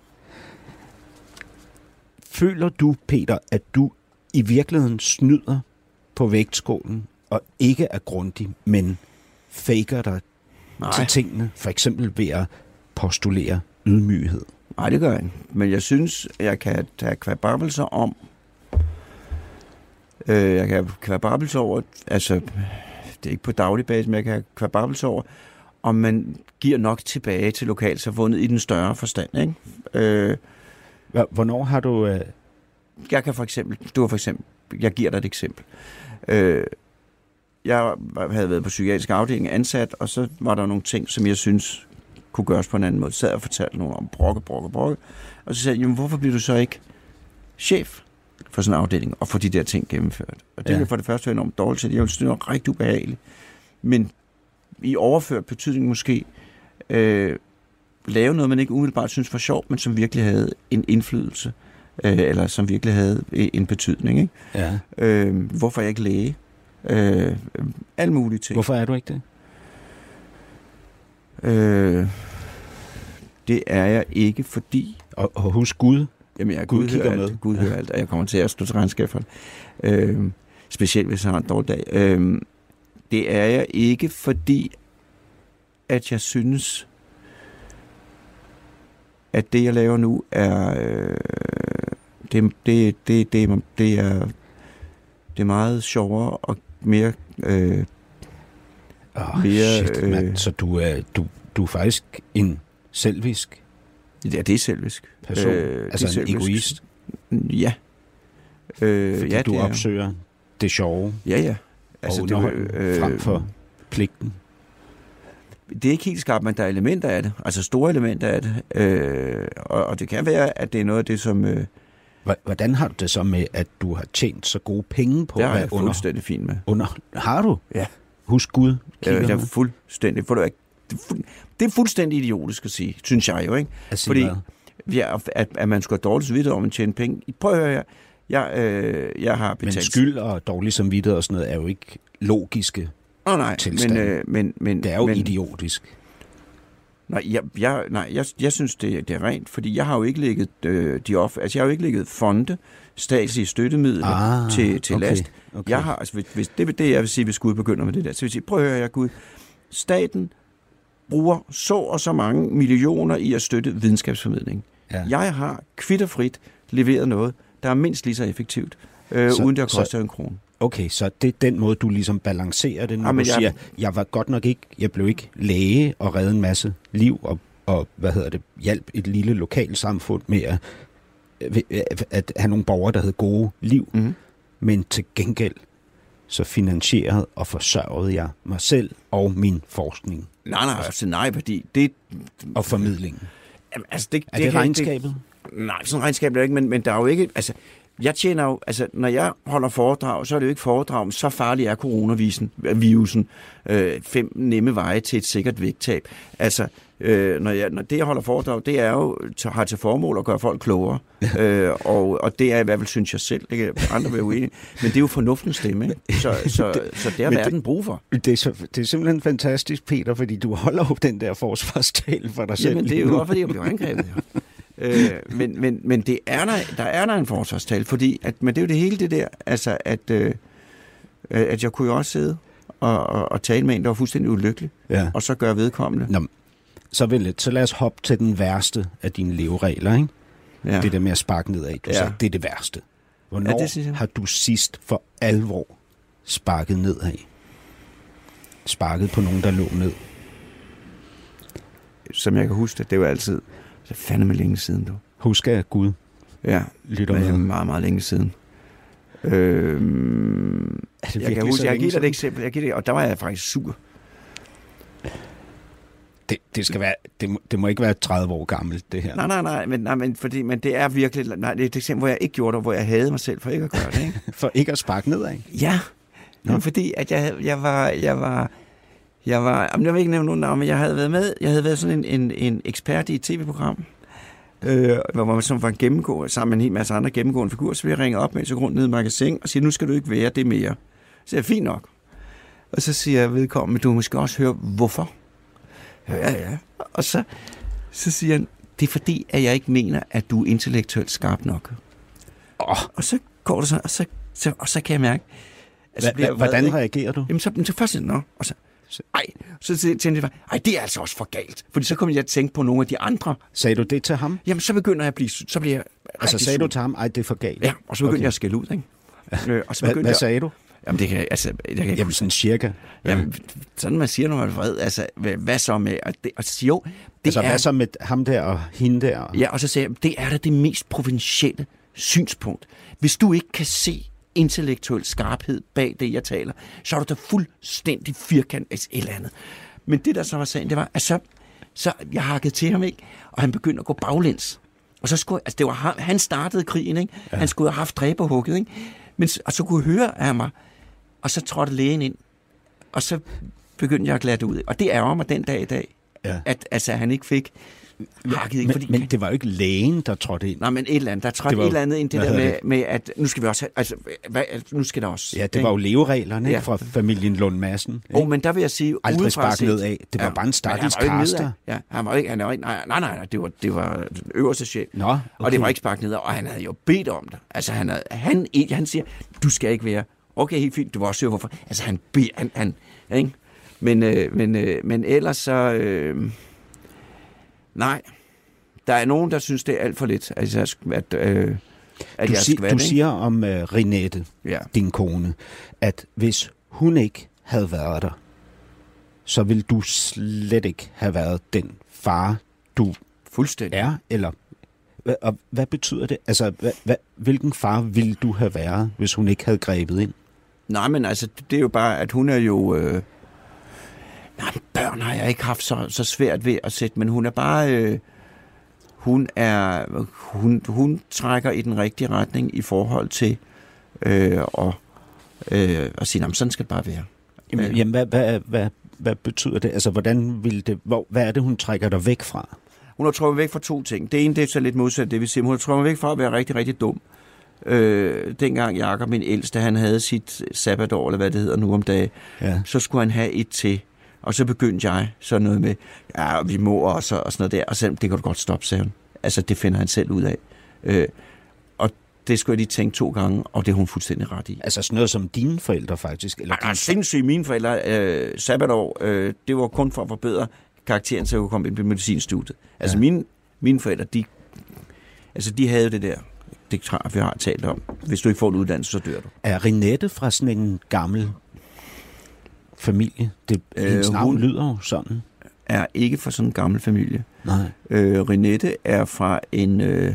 Føler du, Peter, at du i virkeligheden snyder på vægtskålen, og ikke er grundig, men faker dig Nej. til
Nej,
tingene, for eksempel ved at postulere ydmyghed?
nej, det gør jeg ikke. Men jeg synes, jeg kan tage kvababelser om... Øh, jeg kan have kvababelser over... Altså, det er ikke på daglig basis, men jeg kan have kvababelser over, om man giver nok tilbage til lokalsamfundet i den større forstand. Ikke? Øh,
Hva- Hvornår har du... Øh,
jeg kan for eksempel, du har for eksempel, jeg giver dig et eksempel. Øh, jeg havde været på psykiatrisk afdeling ansat, og så var der nogle ting, som jeg synes kunne gøres på en anden måde. Så jeg og fortalte nogen om brokke, brokke, brokke. Og så sagde jeg, jamen hvorfor bliver du så ikke chef for sådan en afdeling og få de der ting gennemført? Og det
Ja.
ja. ville for det første være enormt dårligt til. Jeg ville synes, det var rigtig ubehageligt. Men i overført betydning måske øh, lave noget, man ikke umiddelbart synes var sjovt, men som virkelig havde en indflydelse, øh, eller som virkelig havde en betydning. Ikke?
ja.
Øh, hvorfor er jeg ikke læge? Øh, øh, alle mulige ting.
Hvorfor er du ikke det?
Øh, det er jeg ikke, fordi...
Og, og husk Gud.
Jamen, jeg
Gud
Gud hører
kigger
alt.
med.
Gud
Ja.
hører alt, og jeg kommer til at stå til regnskab for det. Øh, specielt hvis jeg har en dårlig dag. Øh, det er jeg ikke, fordi at jeg synes, at det, jeg laver nu, er... Øh, det, det, det, det, det, er, det er meget sjovere og mere øh,
Oh,
Mere,
shit, mand.
øh,
Så du er, du, du er faktisk en selvisk
Ja, det er selvisk.
person,
Øh,
øh,
det er
altså en
selvisk.
egoist,
Ja. Øh,
fordi
ja,
du
det er-
opsøger det sjove
Ja, ja.
altså, og underholdningen øh, frem for pligten.
det er ikke helt skarpt, men der er elementer af det. Altså store elementer af det. Øh, og, og det kan være, at det er noget af det, som... Øh,
Hva- Hvordan har du det så med, at du har tjent så gode penge på
det
at
har jeg
være under,
fuldstændig fint med.
under... Har du?
Ja.
Husk Gud.
Øh,
Kigger
jeg
med.
er fuldstændig... For det, er, det, er fuld, det er fuldstændig idiotisk at sige, synes jeg jo, ikke?
Altså,
fordi-
hvad?
Ja, at, at man skulle have dårligt samvittighed om at tjene penge. Prøv at høre her. Jeg, øh, jeg har
Men
betalt...
skyld og dårlig samvittighed og sådan noget er jo ikke logiske.
Nå, nej, men,
tilstande.
øh, men, men,
Det er jo
men,
idiotisk.
Nej, jeg, jeg, nej, jeg, jeg synes, det, det er rent, fordi jeg har jo ikke ligget øh, de off, altså jeg har jo ikke ligget fonde, statslige støttemidler ah, til, til okay. last. Okay. Jeg har, altså, hvis, hvis, det er det, jeg vil sige, hvis Gud begynder med det der. Så vil jeg sige, prøv at høre, jeg Gud. Staten bruger så og så mange millioner i at støtte videnskabsformidling.
Ja.
Ja. Jeg har kvitterfrit leveret noget, der er mindst lige så effektivt, øh,
Så-
så, uden det har
så-
kostet en krone.
Okay, så det er den måde, du ligesom balancerer det, når
Jamen,
du
jeg-
siger, jeg var godt nok ikke, jeg blev ikke læge og redde en masse liv, og, og hvad hedder det, hjælp et lille lokalt samfund med at, at have nogle borgere, der havde gode liv,
Mm-hmm.
men til gengæld så finansierede og forsørgede jeg mig selv og min forskning
Nej, nej, altså nej, fordi det...
og formidlingen.
Jamen, altså, det,
Er det, det
kan-
regnskabet?
Nej, sådan regnskab er det ikke, men, men der er jo ikke... Altså, jeg tjener jo, altså, når jeg holder foredrag, så er det jo ikke foredrag om, så farlig er coronavirusen, virusen, øh, fem nemme veje til et sikkert vægttab. Altså, øh, når, jeg, når det, jeg holder foredrag, det er jo, t- har til formål at gøre folk
(laughs)
klogere. øh, og, og det er i hvert fald, synes jeg selv, det kan andre være uenige, men det er jo fornuftens stemme, ikke? Så, så, så, så det har
men (laughs) det-
verden brug for.
Det er, så, det er simpelthen fantastisk, Peter, fordi du holder jo den der forsvarstale for dig selv.
Jamen, det
lige
er
nu.
jo også, fordi jeg blev angrebet. jo. øh, men, men, men det er der, der er der en forsvarstale, fordi at, men det er jo det hele det der, altså at, øh, øh, at jeg kunne jo også sidde og, og, og tale med en, der var fuldstændig ulykkelig,
Ja.
og så gøre vedkommende.
Nå, så vel lidt. Så lad os hoppe til den værste af dine leveregler, ikke?
Ja.
Ja. Det der med at sparke nedad. Du ja.
Ja.
sagde, det er det værste. Hvornår
Ja, det synes jeg.
har du sidst for alvor sparket nedad? Sparket på nogen, der lå ned.
Som jeg kan huske det, det var altid, så fandme længe siden du.
Husk at Gud
Ja,
lytter
det er
med.
meget, meget længe siden. Øh,
Er det
jeg kan
virkelig så
huske, jeg
længe
giver dig et
siden?
eksempel, jeg giver dig, og der var jeg faktisk sur.
det, det, skal være, det, må, det må ikke være 30 år gammelt, det her.
Nej, nej, nej, men, nej, men, fordi, men det er virkelig... Nej, det er et eksempel, hvor jeg ikke gjorde det, og hvor jeg havde mig selv for ikke at gøre det, ikke?
For ikke at sparke nedad. ikke?
Ja,
Nå.
Jamen, fordi at jeg, jeg var... Jeg var jeg var, jamen, jeg vil ikke nævne nogen navn, men jeg havde været med. Jeg havde været sådan en, en, en ekspert i et tv-program, øh, hvor man som var en gennemgå, sammen med en hel masse andre gennemgående figurer, så blev jeg ringet op, mens jeg rundt ned i magasin og siger, nu skal du ikke være det mere. Så siger jeg, fint nok. Og så siger jeg vedkommende, du måske også høre, hvorfor? Ja, ja, ja. Og så, så siger han, det er fordi, at jeg ikke mener, at du er intellektuelt skarp nok. Oh. Og så går det så, og så, så, og så kan jeg mærke, altså,
Hva,
bliver jeg
hva,
vred,
hvordan
ikke?
reagerer du?
Jamen, så, så først sådan, nå, og så, ej, så tæ- tænkte jeg, bare, ej, det er altså også for galt. Fordi så kom jeg til at tænke på nogle af de andre.
Sagde du det til ham?
Jamen, så begynder jeg at blive, sy- så bliver jeg
Altså
rigtig
sagde
sur.
du til ham, ej, det er for galt?
Ja, og så begyndte okay.
Okay.
jeg at skælde ud, ikke? Øh, og så
Hvad,
begyndte
hvad
jeg...
sagde du?
Jamen, det kan jeg, altså, jeg kan,
Jamen sådan cirka.
jamen, sådan man siger, når man er vred, altså, hvad, hvad så med, og, det, og så siger, jo, det
altså
er,
hvad så med ham der og hende der?
Ja, og så sagde jeg, det er da det mest provincielle synspunkt. Hvis du ikke kan se intellektuel skarphed bag det, jeg taler, så er du da fuldstændig firkant et eller andet. Men det, der så var sagen, det var, at så, så jeg hakkede til ham, ikke? Og han begyndte at gå baglæns. Og så skulle, altså det var ham, han startede krigen, ikke? Ja. Han skulle have haft dræberhugget, ikke? Men, s- og så kunne jeg høre af mig, og så trådte lægen ind, og så begyndte jeg at glatte ud. Og det ærger mig den dag i dag,
Ja.
at altså, han ikke fik hakket, ikke?
Men,
fordi,
men det var jo ikke lægen, der trådte ind.
Nej, men et eller andet. Der er træt
Det
et
var jo-
eller andet end det
hvad
der med,
hedder
med, at nu skal vi også have, altså, hvad, altså, nu skal der også.
Ja, det var jo levereglerne ikke?
Ja.
fra familien Lund Madsen. ikke?
Oh, men der vil jeg sige,
Aldrig
udefra
spark
set-
nedad. Det var bare en stakkels
men han var jo ikke
kaster.
nedad. Ja, han var ikke, han var ikke, nej, nej, nej, nej, det var, det var den øverste chef.
Nå, okay.
Og det var ikke sparket ned, og han havde jo bedt om det. Altså, han, havde, han, ikke- han siger, du skal ikke være. Okay, helt fint, du var også jo, hvorfor. Altså, han beder, han, han, ikke? Men, øh, men, øh, men ellers så, øh, nej. Der er nogen, der synes, det er alt for lidt, altså, at, at, øh, at
Du,
jeg
sig,
skal være
du
det, ikke?
siger om øh, Renette,
Ja.
din kone, at hvis hun ikke havde været der, så ville du slet ikke have været den far, du
Fuldstændig.
er, eller hva- og hvad betyder det? Altså, hvad, hvad, hvilken far ville du have været, hvis hun ikke havde grebet ind?
Nej, men altså, det- det er jo bare, at hun er jo... Øh... Nej, men børn har jeg ikke haft så, så svært ved at sætte, men hun er bare... Øh... Hun er... Hun, hun trækker i den rigtige retning i forhold til øh, og, øh, at sige, "Nå, men sådan skal det bare være.
Jamen,
Øh.
jamen hvad, hvad, hvad, hvad betyder det? Altså, hvordan vil det, hvor, hvad er det, hun trækker dig væk fra?
Hun har trukket mig væk fra to ting. Det ene, det er så lidt modsat det, vi siger. men Hun har trukket mig væk fra at være rigtig, rigtig dum. Øh, dengang Jakob, min ældste, han havde sit sabbatår, eller hvad det hedder nu om dagen,
Ja.
så skulle han have et til. Og så begyndte jeg sådan noget med, ja, vi må også, og sådan noget der. Og så, det kan du godt stoppe, sagde hun. Altså, det finder han selv ud af. Øh, og det skulle jeg lige tænke to gange, og det har hun fuldstændig ret i.
Altså sådan noget som dine forældre faktisk? Eller
Ej, altså- nej, sindssygt. Mine forældre, øh, sabbatår, øh, det var kun for at forbedre karakteren, så jeg kunne komme ind på medicinstudiet. Altså,
Ja.
ja. mine, mine forældre, de, altså, de havde det der, det tror jeg, vi har talt om. Hvis du ikke får en uddannelse, så dør du.
Er Renette fra sådan en gammel familie? Det, øh,
Øh,
hendes navn hun...
hun-
lyder jo sådan.
Er ikke fra sådan en gammel familie.
Nej.
Øh, Renette er fra en... Øh,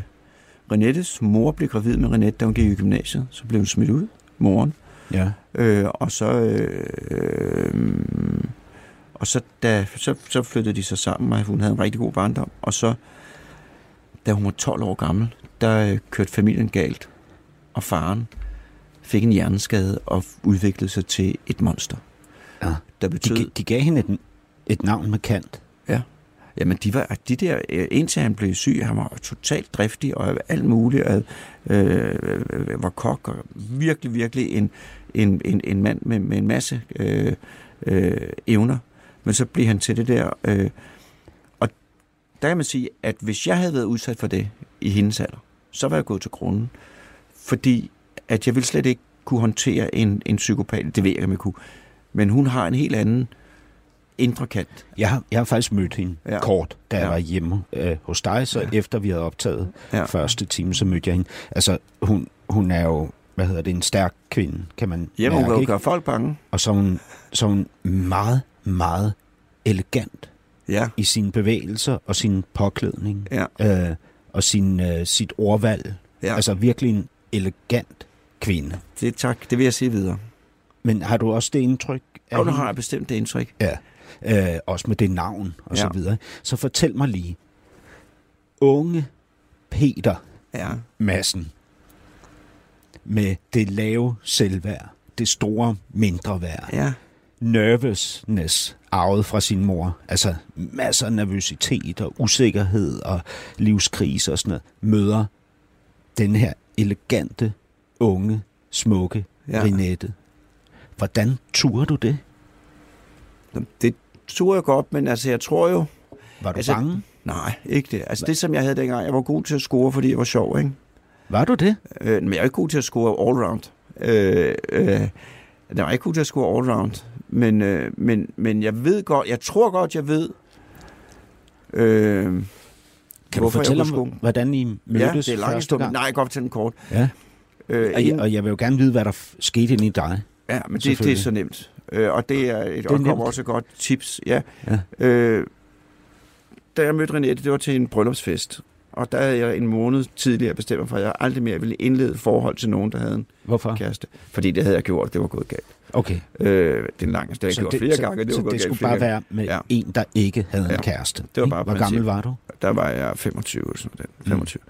Renettes mor blev gravid med Renette, da hun gik i gymnasiet. Så blev hun smidt ud, moren.
Ja.
Øh, og så... Øh, øh, og så, da, så, så flyttede de sig sammen, og hun havde en rigtig god barndom. Og så, da hun var 12 år gammel, der øh, kørte familien galt. Og faren fik en hjerneskade og udviklede sig til et monster.
Ja.
Der
De,
betød...
ga- de gav hende et, et navn med kant.
Jamen, de var, de der, øh, indtil han blev syg, han var jo totalt driftig og alt muligt, og, øh, øh, var kok, og virkelig, virkelig en, en, en, en mand med, med en masse øh, øh, evner. Men så blev han til det der, øh, og der kan man sige, at hvis jeg havde været udsat for det i hendes alder, så var jeg gået til grunden, fordi at jeg ville slet ikke kunne håndtere en, en psykopat, det ved jeg ikke, om jeg kunne, men hun har en helt anden indre kant.
Jeg har, jeg har faktisk mødt hende ja.
Ja.
kort, da ja. jeg
Ja.
var hjemme øh, hos dig, så ja.
Ja.
efter vi havde optaget ja.
Ja.
første time, så mødte jeg hende. Altså, hun, hun er jo, hvad hedder det, en stærk kvinde, kan man
Jamen, hun
mærke,
kan jo
ikke?
gøre folk bange.
Og så er, hun, så er hun meget, meget elegant
Ja.
i sine bevægelser og sin påklædning
Ja,
øh, og sin, øh, sit ordvalg. Ja.
ja. Altså,
Altså virkelig en elegant kvinde.
det, tak. Det vil jeg sige videre.
Men har du også det indtryk?
Og nu
hende?
har jeg bestemt det indtryk.
Ja. øh, også med det navn og ja. så
Ja.
videre. Så fortæl mig lige, unge Peter
Ja.
Madsen med det lave selvværd, det store mindre værd,
Ja.
nervousness arvet fra sin mor, altså masser af nervøsitet og usikkerhed og livskrise og sådan noget, møder den her elegante, unge, smukke ja.
ja.
Rinette. Hvordan turer du det?
Nå, Det turde jeg godt, men altså, jeg tror jo...
Var du altså,
Altså-
bange?
Nej, ikke det. Altså, det som jeg havde dengang, jeg var god til at score, fordi jeg var sjov, ikke?
Var du det?
Øh, men jeg er ikke god til at score all-round. Øh, øh, jeg var ikke god til at score all-round. Men, øh, men, men jeg ved godt, jeg tror godt, jeg ved... Øh,
Kan
hvorfor
du fortælle
jeg kunne
om,
score.
hvordan I
Ja,
mødtes
det er langt
første
stund.
gang?
Nej, jeg kan godt fortælle den kort.
Ja.
Øh,
Og, jeg,
inden-
og jeg vil jo gerne vide, hvad der f- skete inde i dig.
Ja, men det, det er
Selvfølgelig.
så nemt. Øh, og det er et
er
og kommer
nemt.
også et godt tips. Ja.
Ja.
Øh, da jeg mødte Renette, det var til en bryllupsfest. Og der havde jeg en måned tidligere bestemt mig for, at jeg aldrig mere ville indlede et forhold til nogen, der havde en
Hvorfor?
kæreste. Fordi det havde jeg gjort, det var gået galt.
Okay.
Øh, det er en lang, det har jeg gjort flere
så,
gange, det var
så
gået
det
galt
skulle
flere
bare
gange.
være med ja.
Ja.
en, der ikke havde en
Ja.
kæreste.
var
ikke?
bare
Hvor
princip.
gammel var du?
Der var jeg 25 eller sådan noget. 25. Mm.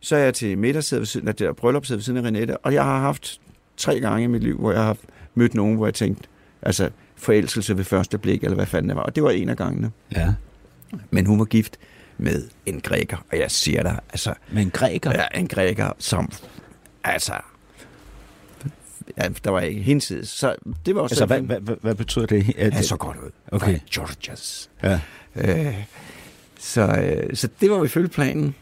Så er jeg til middag sidder ved siden af det der bryllup, sidder ved siden af Renette, og jeg har haft tre gange i mit liv, hvor jeg har mødt nogen, hvor jeg tænkte, altså forelskelse ved første blik, eller hvad fanden det var. Og det var en af gangene.
Ja.
Men hun var gift med en græker, og jeg siger dig, altså,
Med en græker?
ja, en græker, som, altså, ja, der var ikke hensides. Så det var også
Altså, hvad,
sådan-
hvad, hvad, hvad betyder det? At,
Han så godt ud.
Okay.
Fra Georgias.
Ja.
Øh, så, øh, så det var ifølge planen.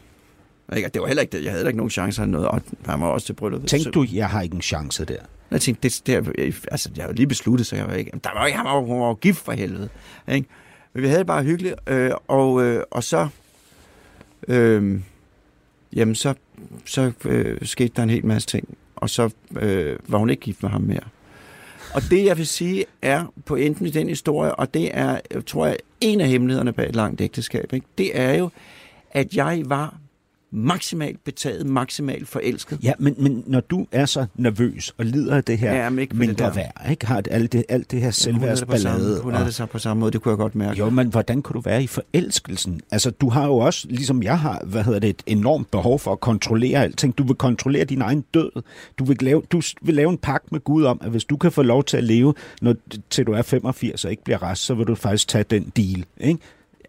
Ikke? Og Det var heller ikke det. Jeg havde heller ikke nogen chancer eller noget, og han var også til bryllup.
Tænkte du, jeg har ikke en chance der?
Jeg tænkte, det, det, jeg, altså, jeg havde lige besluttet, så jeg var ikke... Der var ikke, han var, jo- hun var jo gift for helvede. Ikke? Men vi havde det bare hyggeligt, øh, og, øh, og så... Øh, jamen, så, så øh, skete der en hel masse ting, og så øh, var hun ikke gift med ham mere. Og det, jeg vil sige, er pointen i den historie, og det er, jeg tror jeg, en af hemmelighederne bag et langt ægteskab, ikke? det er jo, at jeg var maksimalt betaget, maksimalt forelsket.
Ja, men, men når du er så nervøs og lider af det her
Ja, men ikke på det
mindre
der.
værd, ikke? har det, alt, det, alt det her selvværdsballade.
Hun havde det så på samme måde, det kunne jeg godt mærke.
Jo, men hvordan kunne du være i forelskelsen? Altså, du har jo også, ligesom jeg har, hvad hedder det, et enormt behov for at kontrollere alting. Du vil kontrollere din egen død. Du vil lave, du s- vil lave en pagt med Gud om, at hvis du kan få lov til at leve, når, til du er 85 og ikke bliver rest, så vil du faktisk tage den deal, ikke?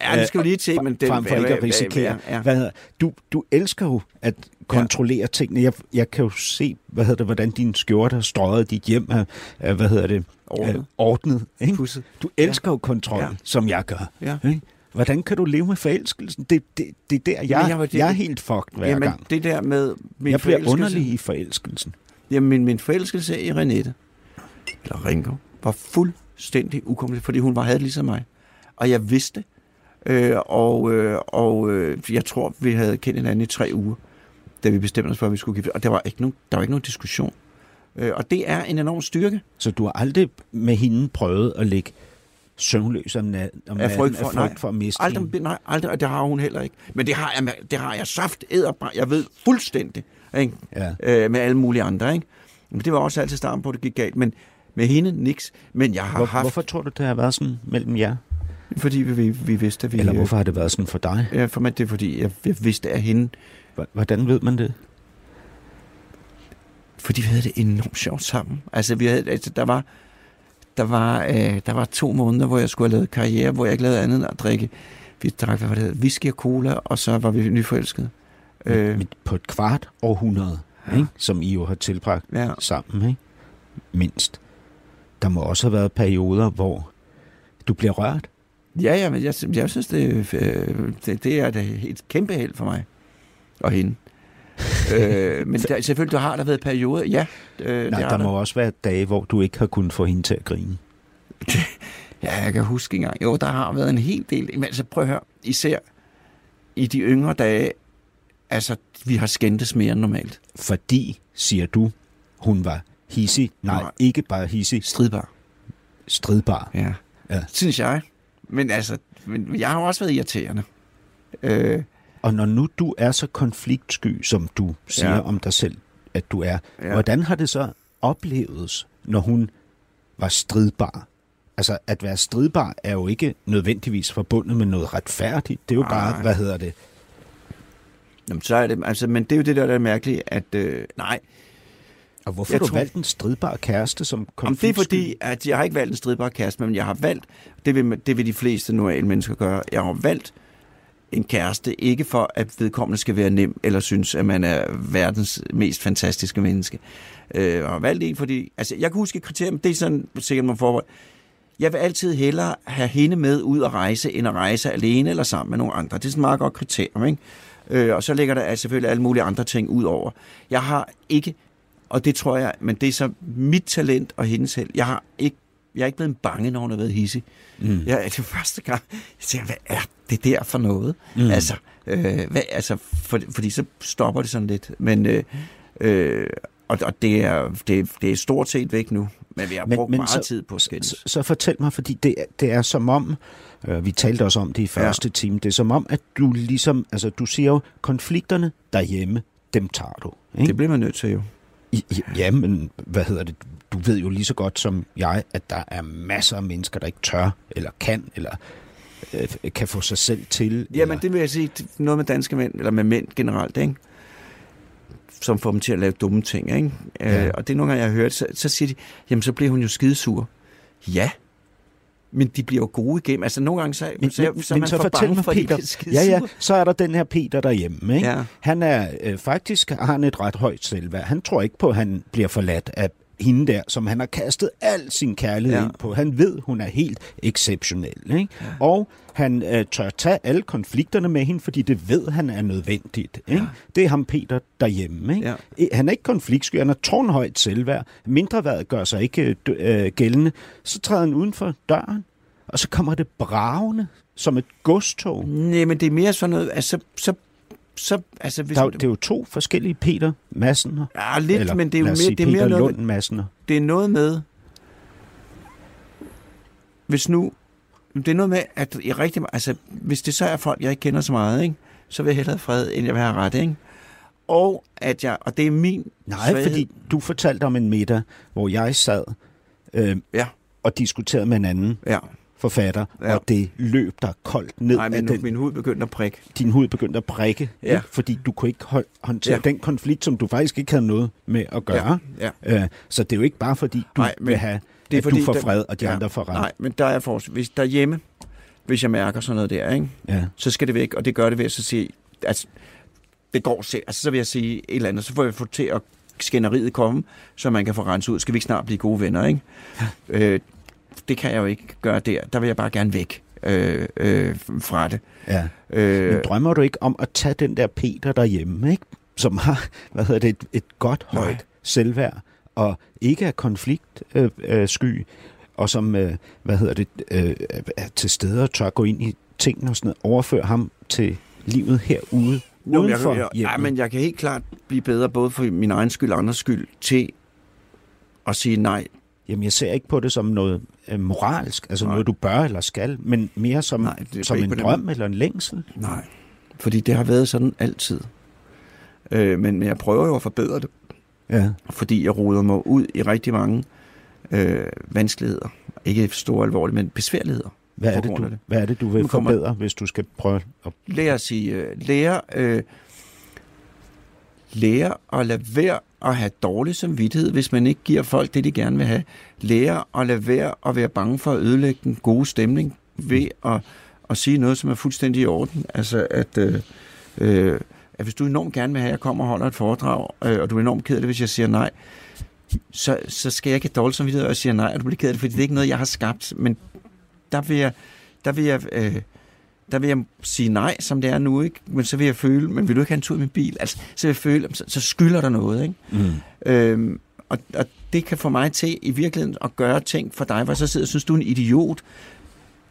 Ja, det skal vi lige til, men
den,
det
frem for ikke at risikere.
Ja,
Hvad hedder, du, du elsker jo at kontrollere ja. tingene. Jeg, jeg kan jo se, hvad hedder det, hvordan din skjorte har strøget dit hjem er, er hvad hedder det,
Ordnet.
er ordnet ikke?
Pudset.
Du elsker ja. jo kontrol, ja.
Ja.
som jeg gør.
ja.
Ikke? Hvordan kan du leve med forelskelsen? Det, det, det er der, jeg, jeg,
jeg var det-
jeg er helt fucked hver
Jamen,
gang.
det der med min
Jeg bliver
forelskelse-
underlig i forelskelsen.
Jamen, min, min forelskelse i Renette, eller Ringo, var fuldstændig ukomplet, fordi hun var havde det ligesom mig. Og jeg vidste, øh, og, øh, og øh, jeg tror, vi havde kendt hinanden i tre uger, da vi bestemte os for, at vi skulle gifte Og der var ikke nogen, der var ikke nogen diskussion. Øh, og det er en enorm styrke.
Så du har aldrig med hende prøvet at ligge søvnløs om, nat, om
Af
natten
frygt for-
af frygt
nej.
for at miste hende.
Aldrig, nej, aldrig, og det har hun heller ikke. Men det har jeg, det har jeg saft, æderbar, jeg ved fuldstændig, ikke?
Ja.
Øh, med alle mulige andre. Ikke? Men det var også altid starten på, at det gik galt, men med hende, niks. Men jeg har
Hvor,
haft,
Hvorfor tror du, det har været sådan mellem jer?
fordi vi, vi, vi vidste, at vi...
Eller hvorfor har det været sådan for dig?
Ja, for mig, det er fordi, jeg, jeg vidste af hende,
H- Hvordan ved man det?
fordi vi havde det enormt sjovt sammen. Altså, vi havde, altså der var, der var, øh, der var to måneder, hvor jeg skulle have lavet karriere, hvor jeg ikke lavede andet end at drikke. Vi drak, hvad var det, hedder, whisky og cola, og så var vi nyforelskede.
Øh. Men på et kvart århundrede, ikke? som I jo har tilbragt
ja.
sammen, ikke? mindst. Der må også have været perioder, hvor du bliver rørt.
Ja, ja, men jeg, jeg synes, det, øh, det, det er da et kæmpe held for mig og (laughs) hende. øh, men der, selvfølgelig, du har der været perioder, ja. Øh,
Nej,
det har
der må også være dage, hvor du ikke har kunnet få hende til at grine.
Ja, jeg kan huske engang. Jo, der har været en hel del. Men altså, prøv at høre, især i de yngre dage, altså, vi har skændtes mere end normalt.
Fordi, siger du, hun var hissig. Nej, Nej.
Nej.
ikke bare hissig,
Stridbar.
stridbar.
Ja.
Ja.
ja. Synes jeg. Men altså, men jeg har jo også været irriterende. Øh,
Og når nu du er så konfliktsky, som du siger ja.
Ja.
om dig selv, at du er, ja.
Ja.
hvordan har det så opleves, når hun var stridbar? Altså, at være stridbar er jo ikke nødvendigvis forbundet med noget retfærdigt. Det er jo bare,
Ej.
hvad hedder det?
Jamen, så er det, altså, men det er jo det, der der er mærkeligt, at øh, nej,
Og hvorfor har
Jeg
du
tror-
valgt en stridbar kæreste som
Om det er
konfliktsky?
fordi, at jeg har ikke valgt en stridbar kæreste, men jeg har valgt, det vil, det vil de fleste normale mennesker gøre, jeg har valgt en kæreste, ikke for at vedkommende skal være nem, eller synes, at man er verdens mest fantastiske menneske. Øh, jeg har valgt en, fordi, altså jeg kan huske kriteriet, det er sådan sikkert man forberedt. Jeg vil altid hellere have hende med ud at rejse, end at rejse alene eller sammen med nogle andre. Det er sådan et meget godt kriterium, ikke? Øh, og så ligger der altså selvfølgelig alle mulige andre ting ud over. Jeg har ikke og det tror jeg, men det er så mit talent og hendes held. Jeg har ikke jeg er ikke blevet bange, når hun har været hissig.
Mm.
Jeg, det er første gang, jeg tænker, hvad er det der for noget?
Mm.
Mm. Altså, øh, hvad, altså for, fordi så stopper det sådan lidt. Men, øh, øh, og, og det, er, det, det er stort set væk nu. Men vi har
Men-
men,
men
brugt men meget
så-
så, tid på at skændes.
Så, så fortæl mig, fordi det, er- det er som om, øh, vi talte også om det i første ja. time, det er som om, at du ligesom, altså du siger jo, konflikterne derhjemme, dem tager du. Ikke?
Det bliver man nødt til jo.
I, i, ja, men hvad hedder det? Du ved jo lige så godt som jeg, at der er masser af mennesker, der ikke tør, eller kan, eller øh, kan få sig selv til.
Jamen,
eller,
det vil jeg sige, det- noget med danske mænd, eller med mænd generelt, ikke? som får dem til at lave dumme ting. Ikke?
Ja.
Ja. Øh, og det er nogle gange, jeg har hørt, så, så siger de, jamen så bliver hun jo skidesur. Ja, men de bliver jo gode igennem. Altså nogle gange, så,
Men,
så,
men,
så
så
er
men
man
så
for
fortæl
bange
mig,
for, at de
Peter.
bliver skidesure.
Ja, ja, så er der den her Peter derhjemme, ikke?
Ja.
Han er øh, faktisk, har han et ret højt selvværd. Han tror ikke på, at han bliver forladt af hende der, som han har kastet al sin kærlighed ja.
Ja.
ind på. Han ved, hun er helt exceptionel. Ikke? Ja. Og han øh, tør tage alle konflikterne med hende, fordi det ved han er nødvendigt. Ikke? Ja. Det er ham Peter derhjemme. Ikke?
Ja.
E- Han er ikke konfliktsky, han har tårnhøjt selvværd. Mindreværdet gør sig ikke øh, dø- øh, gældende. Så træder han uden for døren, og så kommer det bravende som et godstog.
Nej, men det er mere sådan noget, altså, så, så, altså, hvis
Der, er jo- det er jo to forskellige Peter Madsen
ja, lidt,
eller,
eller, men det er jo
lad
mere,
os sige,
det er mere
Peter
noget,
Lund Madsen.
det er noget med, hvis nu, det er noget med, at i rigtig, me- altså, hvis det så er folk, jeg ikke kender så meget, ikke, så vil jeg hellere have fred, end jeg vil have ret, ikke? Og at jeg, og det er min
Nej,
svaghed.
fordi du fortalte om en middag, hvor jeg sad øh,
Ja.
og diskuterede med en anden
Ja,
forfatter, ja.
Ja.
og det løb der koldt ned
nej,
af
min,
den,
den... min hud begyndte at prikke.
din hud begyndte at prikke,
Ja.
ikke? fordi du kunne ikke hold, håndtere ja.
Ja.
den konflikt, som du faktisk ikke havde noget med at gøre.
Ja, ja.
Ja. Øh, så det er jo ikke bare fordi, du Nej,
Nej,
men
men
vil have,
det er
at
fordi,
du får
den-
fred, og de
ja.
andre får ret.
Nej, men der er forskel. Hvis derhjemme, hvis jeg mærker sådan noget der, ikke,
Ja.
så skal det væk, og det gør det ved at så sige, altså, det går selv, altså så vil jeg sige et eller andet, så får jeg få til at skænderiet komme, så man kan få renset ud. Skal vi ikke snart blive gode venner, ikke? øh, det kan jeg jo ikke gøre der. Der vil jeg bare gerne væk øh, øh, fra det.
Ja.
Øh,
Men drømmer du ikke om at tage den der Peter derhjemme, ikke? som har (laughs) hvad hedder det, et, et godt
Nej.
højt selvværd, og ikke er konfliktsky, øh, øh, sky, og som øh, hvad hedder det, øh, er til stede og tør gå ind i tingene og sådan noget, overføre ham til livet herude,
Nå, men jeg,
udenfor
jeg,
hjemmet.
ja, men jeg kan helt klart blive bedre, både for min egen skyld og andres skyld, til at sige nej.
Jamen, jeg ser ikke på det som noget øh, moralsk, altså
Nej.
noget, du bør eller skal, men mere som,
Nej,
Nej,
det er
som
ikke
en
på den
drøm eller en længsel.
Nej, fordi det har været sådan altid. Øh, men men jeg prøver jo at forbedre det,
Ja.
fordi jeg roder mig ud i rigtig mange øh, vanskeligheder. Ikke store alvorlige, men besværligheder.
Hvad, er
På
det,
grund
du,
af det.
hvad er det, du vil
Nu kommer-
forbedre, hvis du skal prøve at...
Lære at sige, øh, lære, øh, lære at lade være at have dårlig samvittighed, hvis man ikke giver folk det, de gerne vil have. Lære at lade være at være bange for at ødelægge den gode stemning ved at, at sige noget, som er fuldstændig i orden. Altså at, øh, øh, at hvis du enormt gerne vil have, at jeg kommer og holder et foredrag, øh, og du er enormt ked af det, hvis jeg siger nej, så, så skal jeg ikke have dårlig samvittighed, og jeg siger nej, og du bliver ked af det, fordi det er ikke noget, jeg har skabt. Men der vil jeg, der vil jeg, øh, der vil jeg sige nej, som det er nu, ikke? Men så vil jeg føle, men vil du ikke have en tur i min bil? Altså, så vil jeg føle, så, så skylder der noget, ikke?
Mm.
Øhm, og, og det kan få mig til i virkeligheden at gøre ting for dig, hvor jeg så sidder og synes, du er en idiot,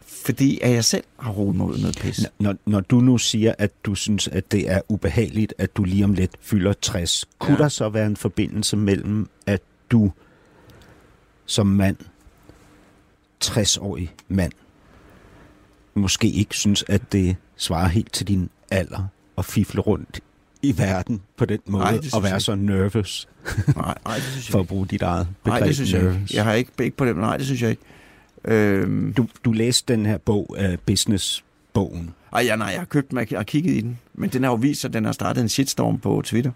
fordi at jeg selv har rodet mig ud i noget pis.
N- Når, når du nu siger, at du synes, at det er ubehageligt, at du lige om lidt fylder 60, kunne
Ja.
der så være en forbindelse mellem, at du som mand, 60-årig mand, måske ikke synes, at det svarer helt til din alder at fifle rundt i verden på den måde,
Nej,
Ej,
det synes
og være
jeg
så nervous,
Nej, nej, det synes jeg
for at bruge dit eget begreb
Nej, det synes jeg
nervous.
ikke. Jeg har ikke, ikke på det. Nej, det synes jeg ikke. Øhm,
Du, du læste den her bog, uh, Business-bogen.
ej, ja, nej, jeg har købt den og kigget i den. Men den har jo vist, at den har startet en shitstorm på Twitter.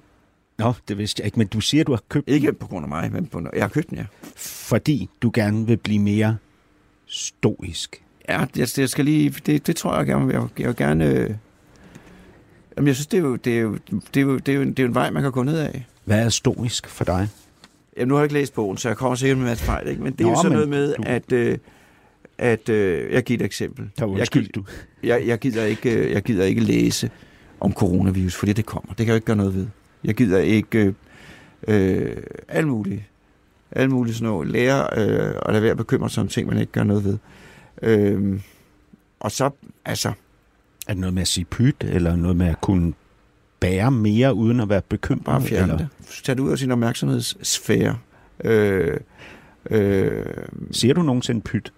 Nå, det vidste jeg ikke, men du siger, du har købt den,
Ikke på grund af mig, men på, jeg har købt den, ja.
fordi du gerne vil blive mere stoisk.
Ja, jeg, jeg skal lige, det, det tror jeg gerne, jeg, vil- jeg vil gerne... Øh, jamen, jeg synes, det er jo, det er jo, det er jo, det er jo, en, det er jo en vej, man kan gå ned af.
Hvad er stoisk for dig?
Jamen, nu har jeg ikke læst bogen, så jeg kommer sikkert med en masse fejl, ikke? Men det er
Nå,
jo sådan
men
noget med,
du-
at... Øh, at øh, jeg giver et eksempel.
Der
jeg,
undskyld,
gi-
du.
jeg, jeg, gider ikke, øh, jeg gider ikke læse om coronavirus, fordi det kommer. Det kan jeg jo ikke gøre noget ved. Jeg gider ikke øh, øh, alt muligt. Alt muligt sådan noget. Lære øh, og lade være at bekymre sig om ting, man ikke gør noget ved. Øh, og så, altså,
Er det noget med at sige pyt, eller noget med at kunne bære mere, uden at være bekymret?
Bare fjerne
eller?
det. Tag det ud af sin opmærksomhedssfære. Øh, øh,
Siger du nogensinde pyt?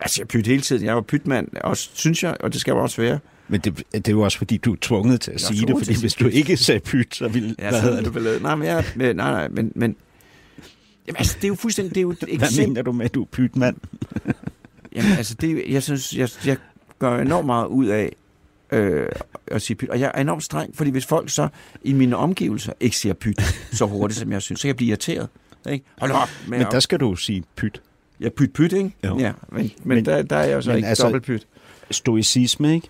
altså, jeg pyt hele tiden. Jeg er jo pytmand, og synes jeg, og det skal jeg jo også være.
Men det, det er jo også, fordi du er tvunget til at
Jeg er
sige det,
tvunget
fordi
til at
hvis du
sige pyt.
ikke sagde pyt, så ville...
Ja,
hvad
sådan
hedder
er
det?
det ballade. Nej, men (laughs) jeg, men- nej, nej, men, men Jamen, altså, det er jo fuldstændig, det er (laughs) jo et
Hvad
eksempel.
mener du med, at du er pytmand?
Jamen, altså, det er, jo- jeg synes, jeg, jeg gør enormt meget ud af øh, at sige pyt. Og jeg er enormt streng, fordi hvis folk så i mine omgivelser ikke siger pyt så hurtigt, som jeg synes, så kan jeg blive irriteret. Ikke? Hold op med
Men
at-
der skal du jo sige pyt.
Ja, pyt pyt, ikke?
Jo.
Ja, men, men, men
Men-
der, der er jeg jo så
men
ikke
altså-
altså, dobbelt pyt.
stoicisme, ikke?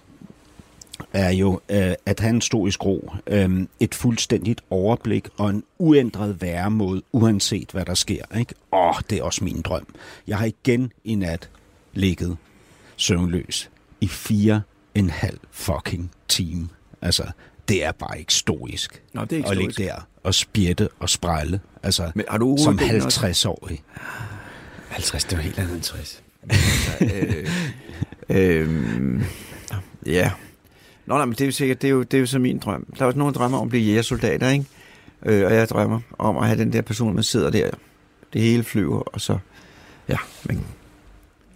er jo øh, at have en stoisk ro, øh, et fuldstændigt overblik og en uændret væremåde, uanset hvad der sker. Ikke? Åh, det er også min drøm. Jeg har igen i nat ligget søvnløs i fire en halv fucking time. Altså, det er bare ikke stoisk
Nå, det er
at ligge der og spjætte og sprælle. Altså,
Men har du
som
hovedbenene
50-årig.
50, det var helt andet end 60.
også? Øhm, Øh, ja. Nå, nej, men det er jo sikkert, det er jo, det er jo så min drøm. Der er også nogen, der drømmer om at blive jægersoldater, ikke? Øh, og jeg drømmer om at have den der person, man sidder der, det hele flyver, og så, ja, men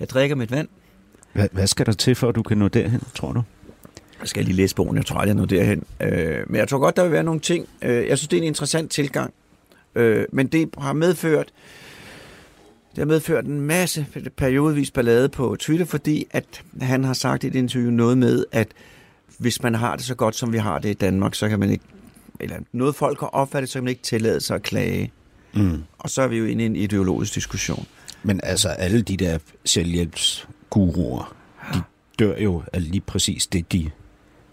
jeg drikker mit vand.
Hvad, hvad skal der til, for at du kan nå derhen, tror du?
Jeg skal lige læse bogen, jeg tror aldrig, jeg nåede derhen. Øh, men jeg tror godt, der vil være nogle ting. Øh, jeg synes, det er en interessant tilgang. Øh, men det har medført, det har medført en masse periodevis ballade på Twitter, fordi at han har sagt i et interview noget med, at hvis man har det så godt, som vi har det i Danmark, så kan man ikke, eller noget folk har opfattet, så kan man ikke tillade sig at klage.
Mm.
Og så er vi jo inde i en ideologisk diskussion.
Men altså, alle de der selvhjælpsguruer, de dør jo af lige præcis det, de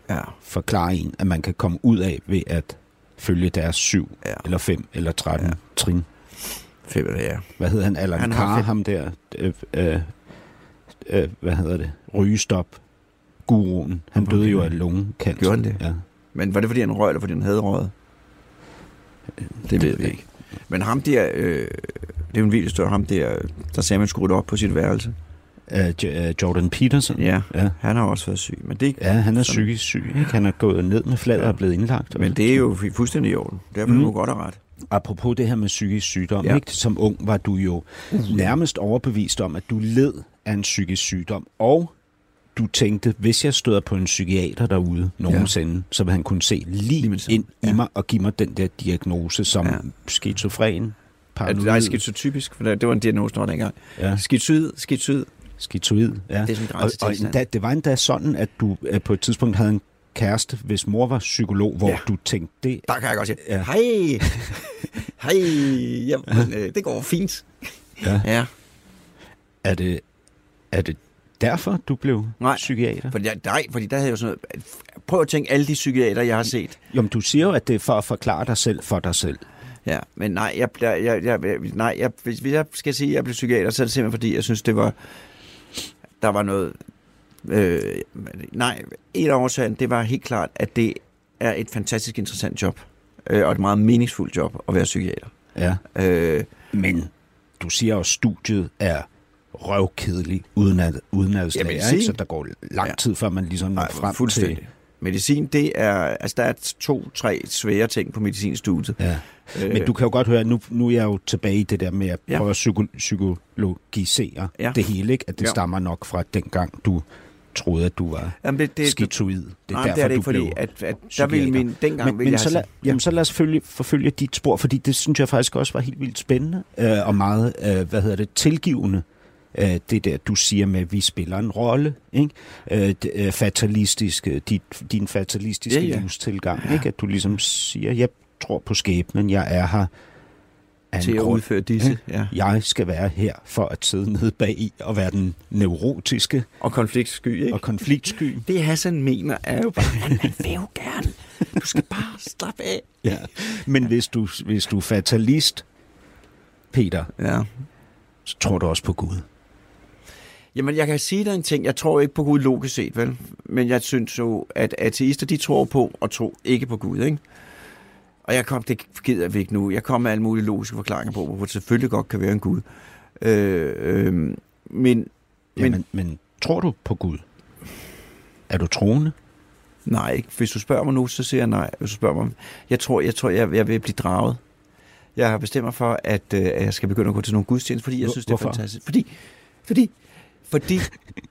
Ja,
forklarer en, at man kan komme ud af ved at følge deres syv,
ja.
eller fem, eller tretten
Ja.
ja. trin.
Fedt, det er.
Hvad hedder han? Alan
Han
han
har
Carr,
fem.
ham der, øh, øh, øh, hvad hedder det? Rygestop. Guruen. Han døde jo af lungekancer.
Gjorde han det?
Ja.
Men var det, fordi han røg, eller fordi han havde røget? Det ved vi ikke. Men ham der, øh, det er jo en vild historie, ham der, øh, der sagde, at man skulle rydde op på sit værelse.
Øh, J- øh, Jordan Peterson.
Ja,
Ja.
han har også været syg, men det, er ikke-
ja, han er
Sådan.
psykisk syg. Ikke? Han er gået ned med flader
Ja.
og er blevet indlagt.
men det er jo fu- fuldstændig i orden. Derfor mm.
Mhm.
er du godt og ret.
Apropos det her med psykisk sygdom,
Ja.
ja. ikke? som ung var du jo
Mm.
nærmest overbevist om, at du led af en psykisk sygdom, og du tænkte, hvis jeg støder på en psykiater derude nogensinde, ja. så vil han kunne se lige
Lige med det
ind
samme.
i
Ja.
mig og give mig den der diagnose som
Ja.
ja. skizofren,
At,
paranoid,
nej, skizotypisk, for det det var en diagnose, der var dengang.
ja,
Skizyd, skizyd,
skizoid. Ja.
det er sådan en
Og, og
grænsetilstand.
endda, det var endda sådan, at du øh, på et tidspunkt havde en kæreste, hvis mor var psykolog, hvor
Ja.
ja. du tænkte, det
Der kan jeg godt sige, ja.
Ja.
hej, hej, jamen, øh, det går fint.
Ja.
ja.
er det, er det derfor, du blev
Nej.
psykiater?
Fordi, jeg, nej, fordi der havde jeg jo sådan noget, prøv at tænke alle de psykiater, jeg har set.
Jamen, du siger jo, at det er for at forklare dig selv for dig selv.
Ja, men nej, jeg, jeg, jeg, jeg, nej jeg, hvis hvis jeg skal sige, at jeg blev psykiater, så er det simpelthen fordi, jeg synes, det var, der var noget... Øh, nej, et af årsagen, det var helt klart, at det er et fantastisk interessant job, øh, og et meget meningsfuldt job at være psykiater.
Ja.
Øh,
Men du siger jo, at studiet er røvkedeligt uden at, uden at
Jamen,
lære,
sig.
ikke? så der går
Ja.
lang tid, før man ligesom når
nej,
frem
fuldstændig.
til...
Medicin, det er... Altså, der er to-tre svære ting på medicinstudiet.
Ja.
Øh,
Men du kan jo godt høre, at nu, nu er jeg jo tilbage i det der med at
Ja.
prøve at psyko- psykologisere
Ja.
ja. det hele, ikke? at det
Ja.
ja. stammer nok fra dengang, du troede, at du var
jamen, det, det, det,
skitoid. Det er
nej,
derfor,
det er det
du
ikke, fordi
blev...
at, at der
psykiater.
ville min... Dengang
Men,
ville
men
jeg
så,
have
lad,
sagt- ja.
jamen, så lad os følge, forfølge dit spor, fordi det synes jeg faktisk også var helt vildt spændende øh, og meget, øh, hvad hedder det, tilgivende øh, det der, du siger med, at vi spiller en rolle, ikke? Øh, d- øh, fatalistisk, øh, dit, din fatalistiske
Ja,
ja,
ja.
ja. livstilgang, ikke? at du ligesom siger, jeg tror på skæbnen, jeg er her af
til
en
at
grund.
udføre disse. Ja.
Jeg skal være her for at sidde nede bag i og være den neurotiske
Og konfliktsky, ikke? (laughs)
og konfliktsky.
Det Hassan mener er jo bare, han vil jo gerne. Du skal bare slappe af.
Ja. Men hvis du, hvis du er fatalist, Peter,
Ja.
så tror du også på Gud.
Jamen, jeg kan sige dig en ting. Jeg tror ikke på Gud logisk set, vel? Men jeg synes jo, at ateister, de tror på og tror ikke på Gud, ikke? Og jeg kom, det gider vi ikke nu. Jeg kom med alle mulige logiske forklaringer på, hvorfor det selvfølgelig godt kan være en Gud. Øh, øh, men
Men, Jamen, men tror du på Gud? Er du troende?
nej, ikke. hvis du spørger mig nu, så siger jeg nej. Hvis du spørger mig, jeg tror, jeg, tror, jeg, jeg vil blive draget. Jeg har bestemt mig for, at, øh, at jeg skal begynde at gå til nogle gudstjenester, fordi jeg
Hvor-
synes, det er
hvorfor?
fantastisk. Fordi, fordi, fordi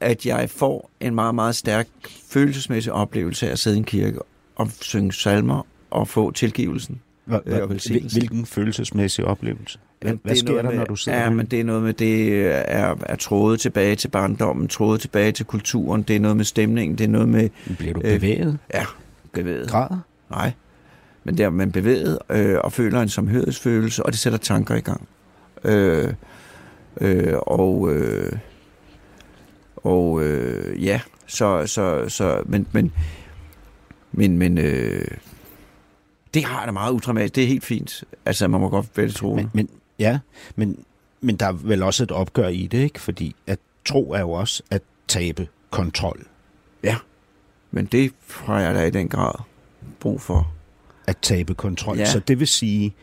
at jeg får en meget, meget stærk følelsesmæssig oplevelse af at sidde i en kirke og synge salmer og få tilgivelsen.
Hva,
Ja,
hva,
og
hvil-
velsignelse.
hvilken følelsesmæssig oplevelse? Hvad,
Jamen,
hvad
det er
sker
noget
der,
med,
når du sidder
Ja,
der?
men det er noget med, det er, er trådet tilbage til barndommen, trådet tilbage til kulturen, det er noget med stemningen, det er noget med
Bliver du
øh,
bevæget?
geværet.
Græder?
Nej. Men der er man bevæget øh, og føler en samhørighedsfølelse, og det sætter tanker i gang. Øh, øh, og øh, og øh, ja, så, så, så men, men, men, men øh, det har jeg da meget udramatisk. Det er helt fint. Altså, man må godt være det troende.
Men, men, ja, men, men der er vel også et opgør i det, ikke? Fordi at tro er jo også at tabe kontrol.
Men det har jeg da i den grad brug for.
At tabe kontrol.
Ja.
Så det vil sige,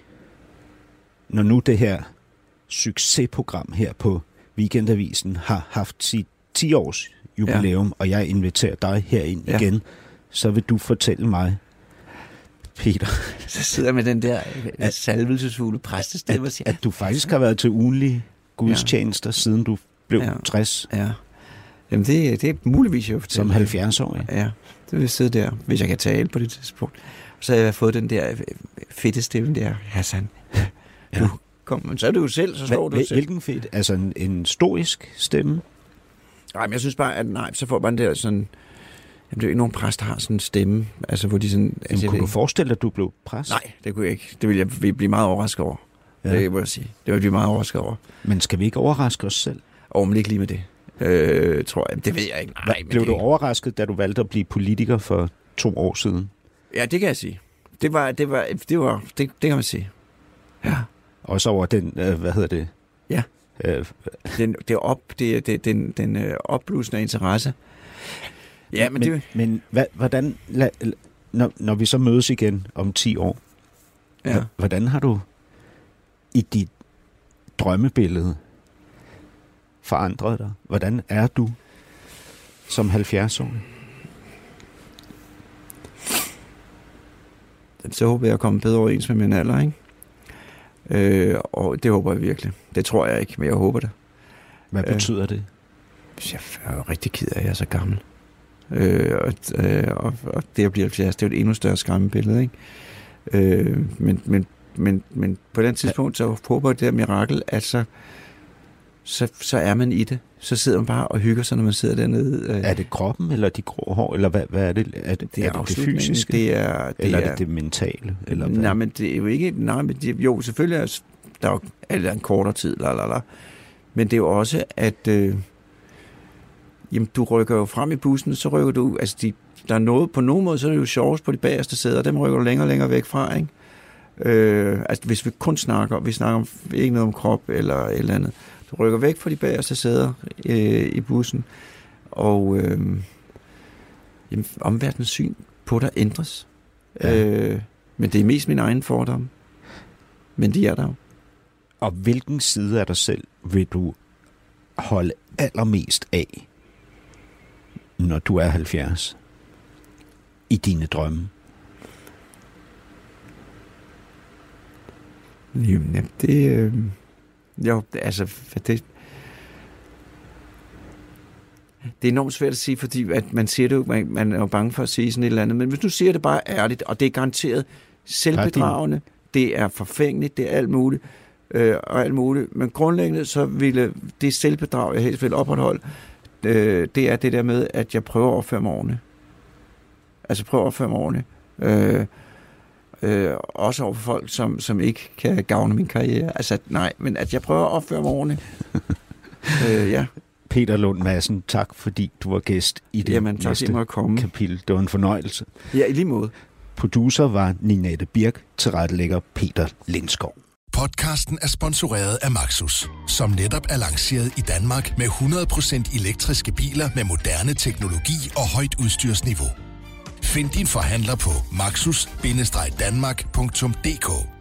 når nu det her succesprogram her på Weekendavisen har haft sit 10-års jubilæum, ja. og jeg inviterer dig herind
Ja.
ja. igen, så vil du fortælle mig, Peter,
Så sidder jeg med den der øh, salvelsesfulde præstestemme og
at,
siger,
at du faktisk har været til ugenlige gudstjenester, ja. siden du blev
Ja.
ja. 60
ja, jamen det, det er muligvis, jeg fortæller.
som 70-årig.
Ja, det vil sidde der, hvis jeg kan tale på det tidspunkt. Og så har jeg fået den der øh, fedte stemme der, Hassan. Ja.
Ja.
Du, kom, men så er det jo selv, så står
Hva-
du
hva-
selv.
Hvilken fedt? Altså en, en stoisk stemme?
Nej, men jeg synes bare, at nej, så får man der sådan... Jamen, det er jo ikke nogen præst, der har sådan en stemme, altså hvor de sådan...
Altså, kunne
Altså, jeg
du
ved ikke-
forestille dig, at du blev præst?
Nej, det kunne jeg ikke. Det ville jeg ville blive meget overrasket over. Ja.
Ja.
Det må jeg sige. Det ville jeg blive meget overrasket over.
Men skal vi ikke overraske os selv?
Og men ikke lige med det, øh, tror jeg. Det ved jeg ikke. Nej, men
blev
det,
du overrasket, da du valgte at blive politiker for to år siden?
Ja, det kan jeg sige. Det var... Det, var, det, var, det, det kan man sige. Ja.
Også over den, øh, hvad hedder det?
Ja.
Øh,
den, det op, det, det, den, den øh, opblusende interesse. Ja, men,
men,
det,
men hvad, hvordan, la, la- når, når vi så mødes igen om 10 år,
ja.
hva- hvordan har du i dit drømmebillede forandret dig? Hvordan er du som 70-årig?
så håber jeg at komme bedre overens med min alder, ikke? Øh, og det håber jeg virkelig. Det tror jeg ikke, men jeg håber det.
Hvad
Øh.
betyder det?
Jeg er jo rigtig ked af, at jeg er så gammel. Øh, og, øh, og, og det at blive 70, det er jo et endnu større skræmmebillede, ikke? Øh, men, men, men, men på den tidspunkt, så håber jeg det der mirakel, at så, så, så er man i det. Så sidder man bare og hygger sig, når man sidder dernede. Øh,
Er det kroppen, eller de grå hår, eller hvad, hvad er det? Er det
Det er,
er det, det
afslutningen.
fysiske, det,
Det er, det
eller er
er,
det det mentale? Eller hvad?
nej, men det er jo ikke... Nej, men det, jo, selvfølgelig er s- der er jo eller en kortere tid, la, la, la. men det er jo også, at øh, jamen, du rykker jo frem i bussen, så rykker du... Altså, de, der er noget, på nogen måde, så er det jo sjovest på de bagerste sæder, dem rykker du længere og længere væk fra, ikke? Øh, altså, hvis vi kun snakker, vi snakker om, ikke noget om krop eller et eller andet. Du rykker væk fra de bagerste sæder øh, i bussen, og øh, jamen, omverdens syn på dig ændres.
Ja.
Øh, men det er mest min egen fordomme. Men de er der jo.
Og hvilken side af dig selv vil du holde allermest af, når du er 70? I dine drømme.
Jamen, ja, det... Øh, jo, det- altså, for det... Det er enormt svært at sige, fordi at man siger det jo, man, man er jo bange for at sige sådan et eller andet, men hvis du siger det bare ærligt, og det er garanteret selvbedragende, det er forfængeligt, det er alt muligt, øh, og alt muligt. Men grundlæggende så ville det selvbedrag, jeg helst vil opretholde, øh, det er det der med, at jeg prøver at opføre mig ordentligt. Altså prøver at opføre mig ordentligt. Øh, øh, også over for folk, som, som ikke kan gavne min karriere. Altså nej, men at jeg prøver at opføre mig ordentligt.
(laughs)
øh, ja,
Peter Lund Madsen, tak fordi du var gæst i det
jamen tak, fordi jeg
næste
måtte komme.
kapitel. Det var en fornøjelse.
Ja, i lige måde.
Producer var Ninette Birk, tilrettelægger Peter Lindskov.
Podcasten er sponsoreret af Maxus, som netop er lanceret i Danmark med 100% elektriske biler med moderne teknologi og højt udstyrsniveau. Find din forhandler på maxus-danmark.dk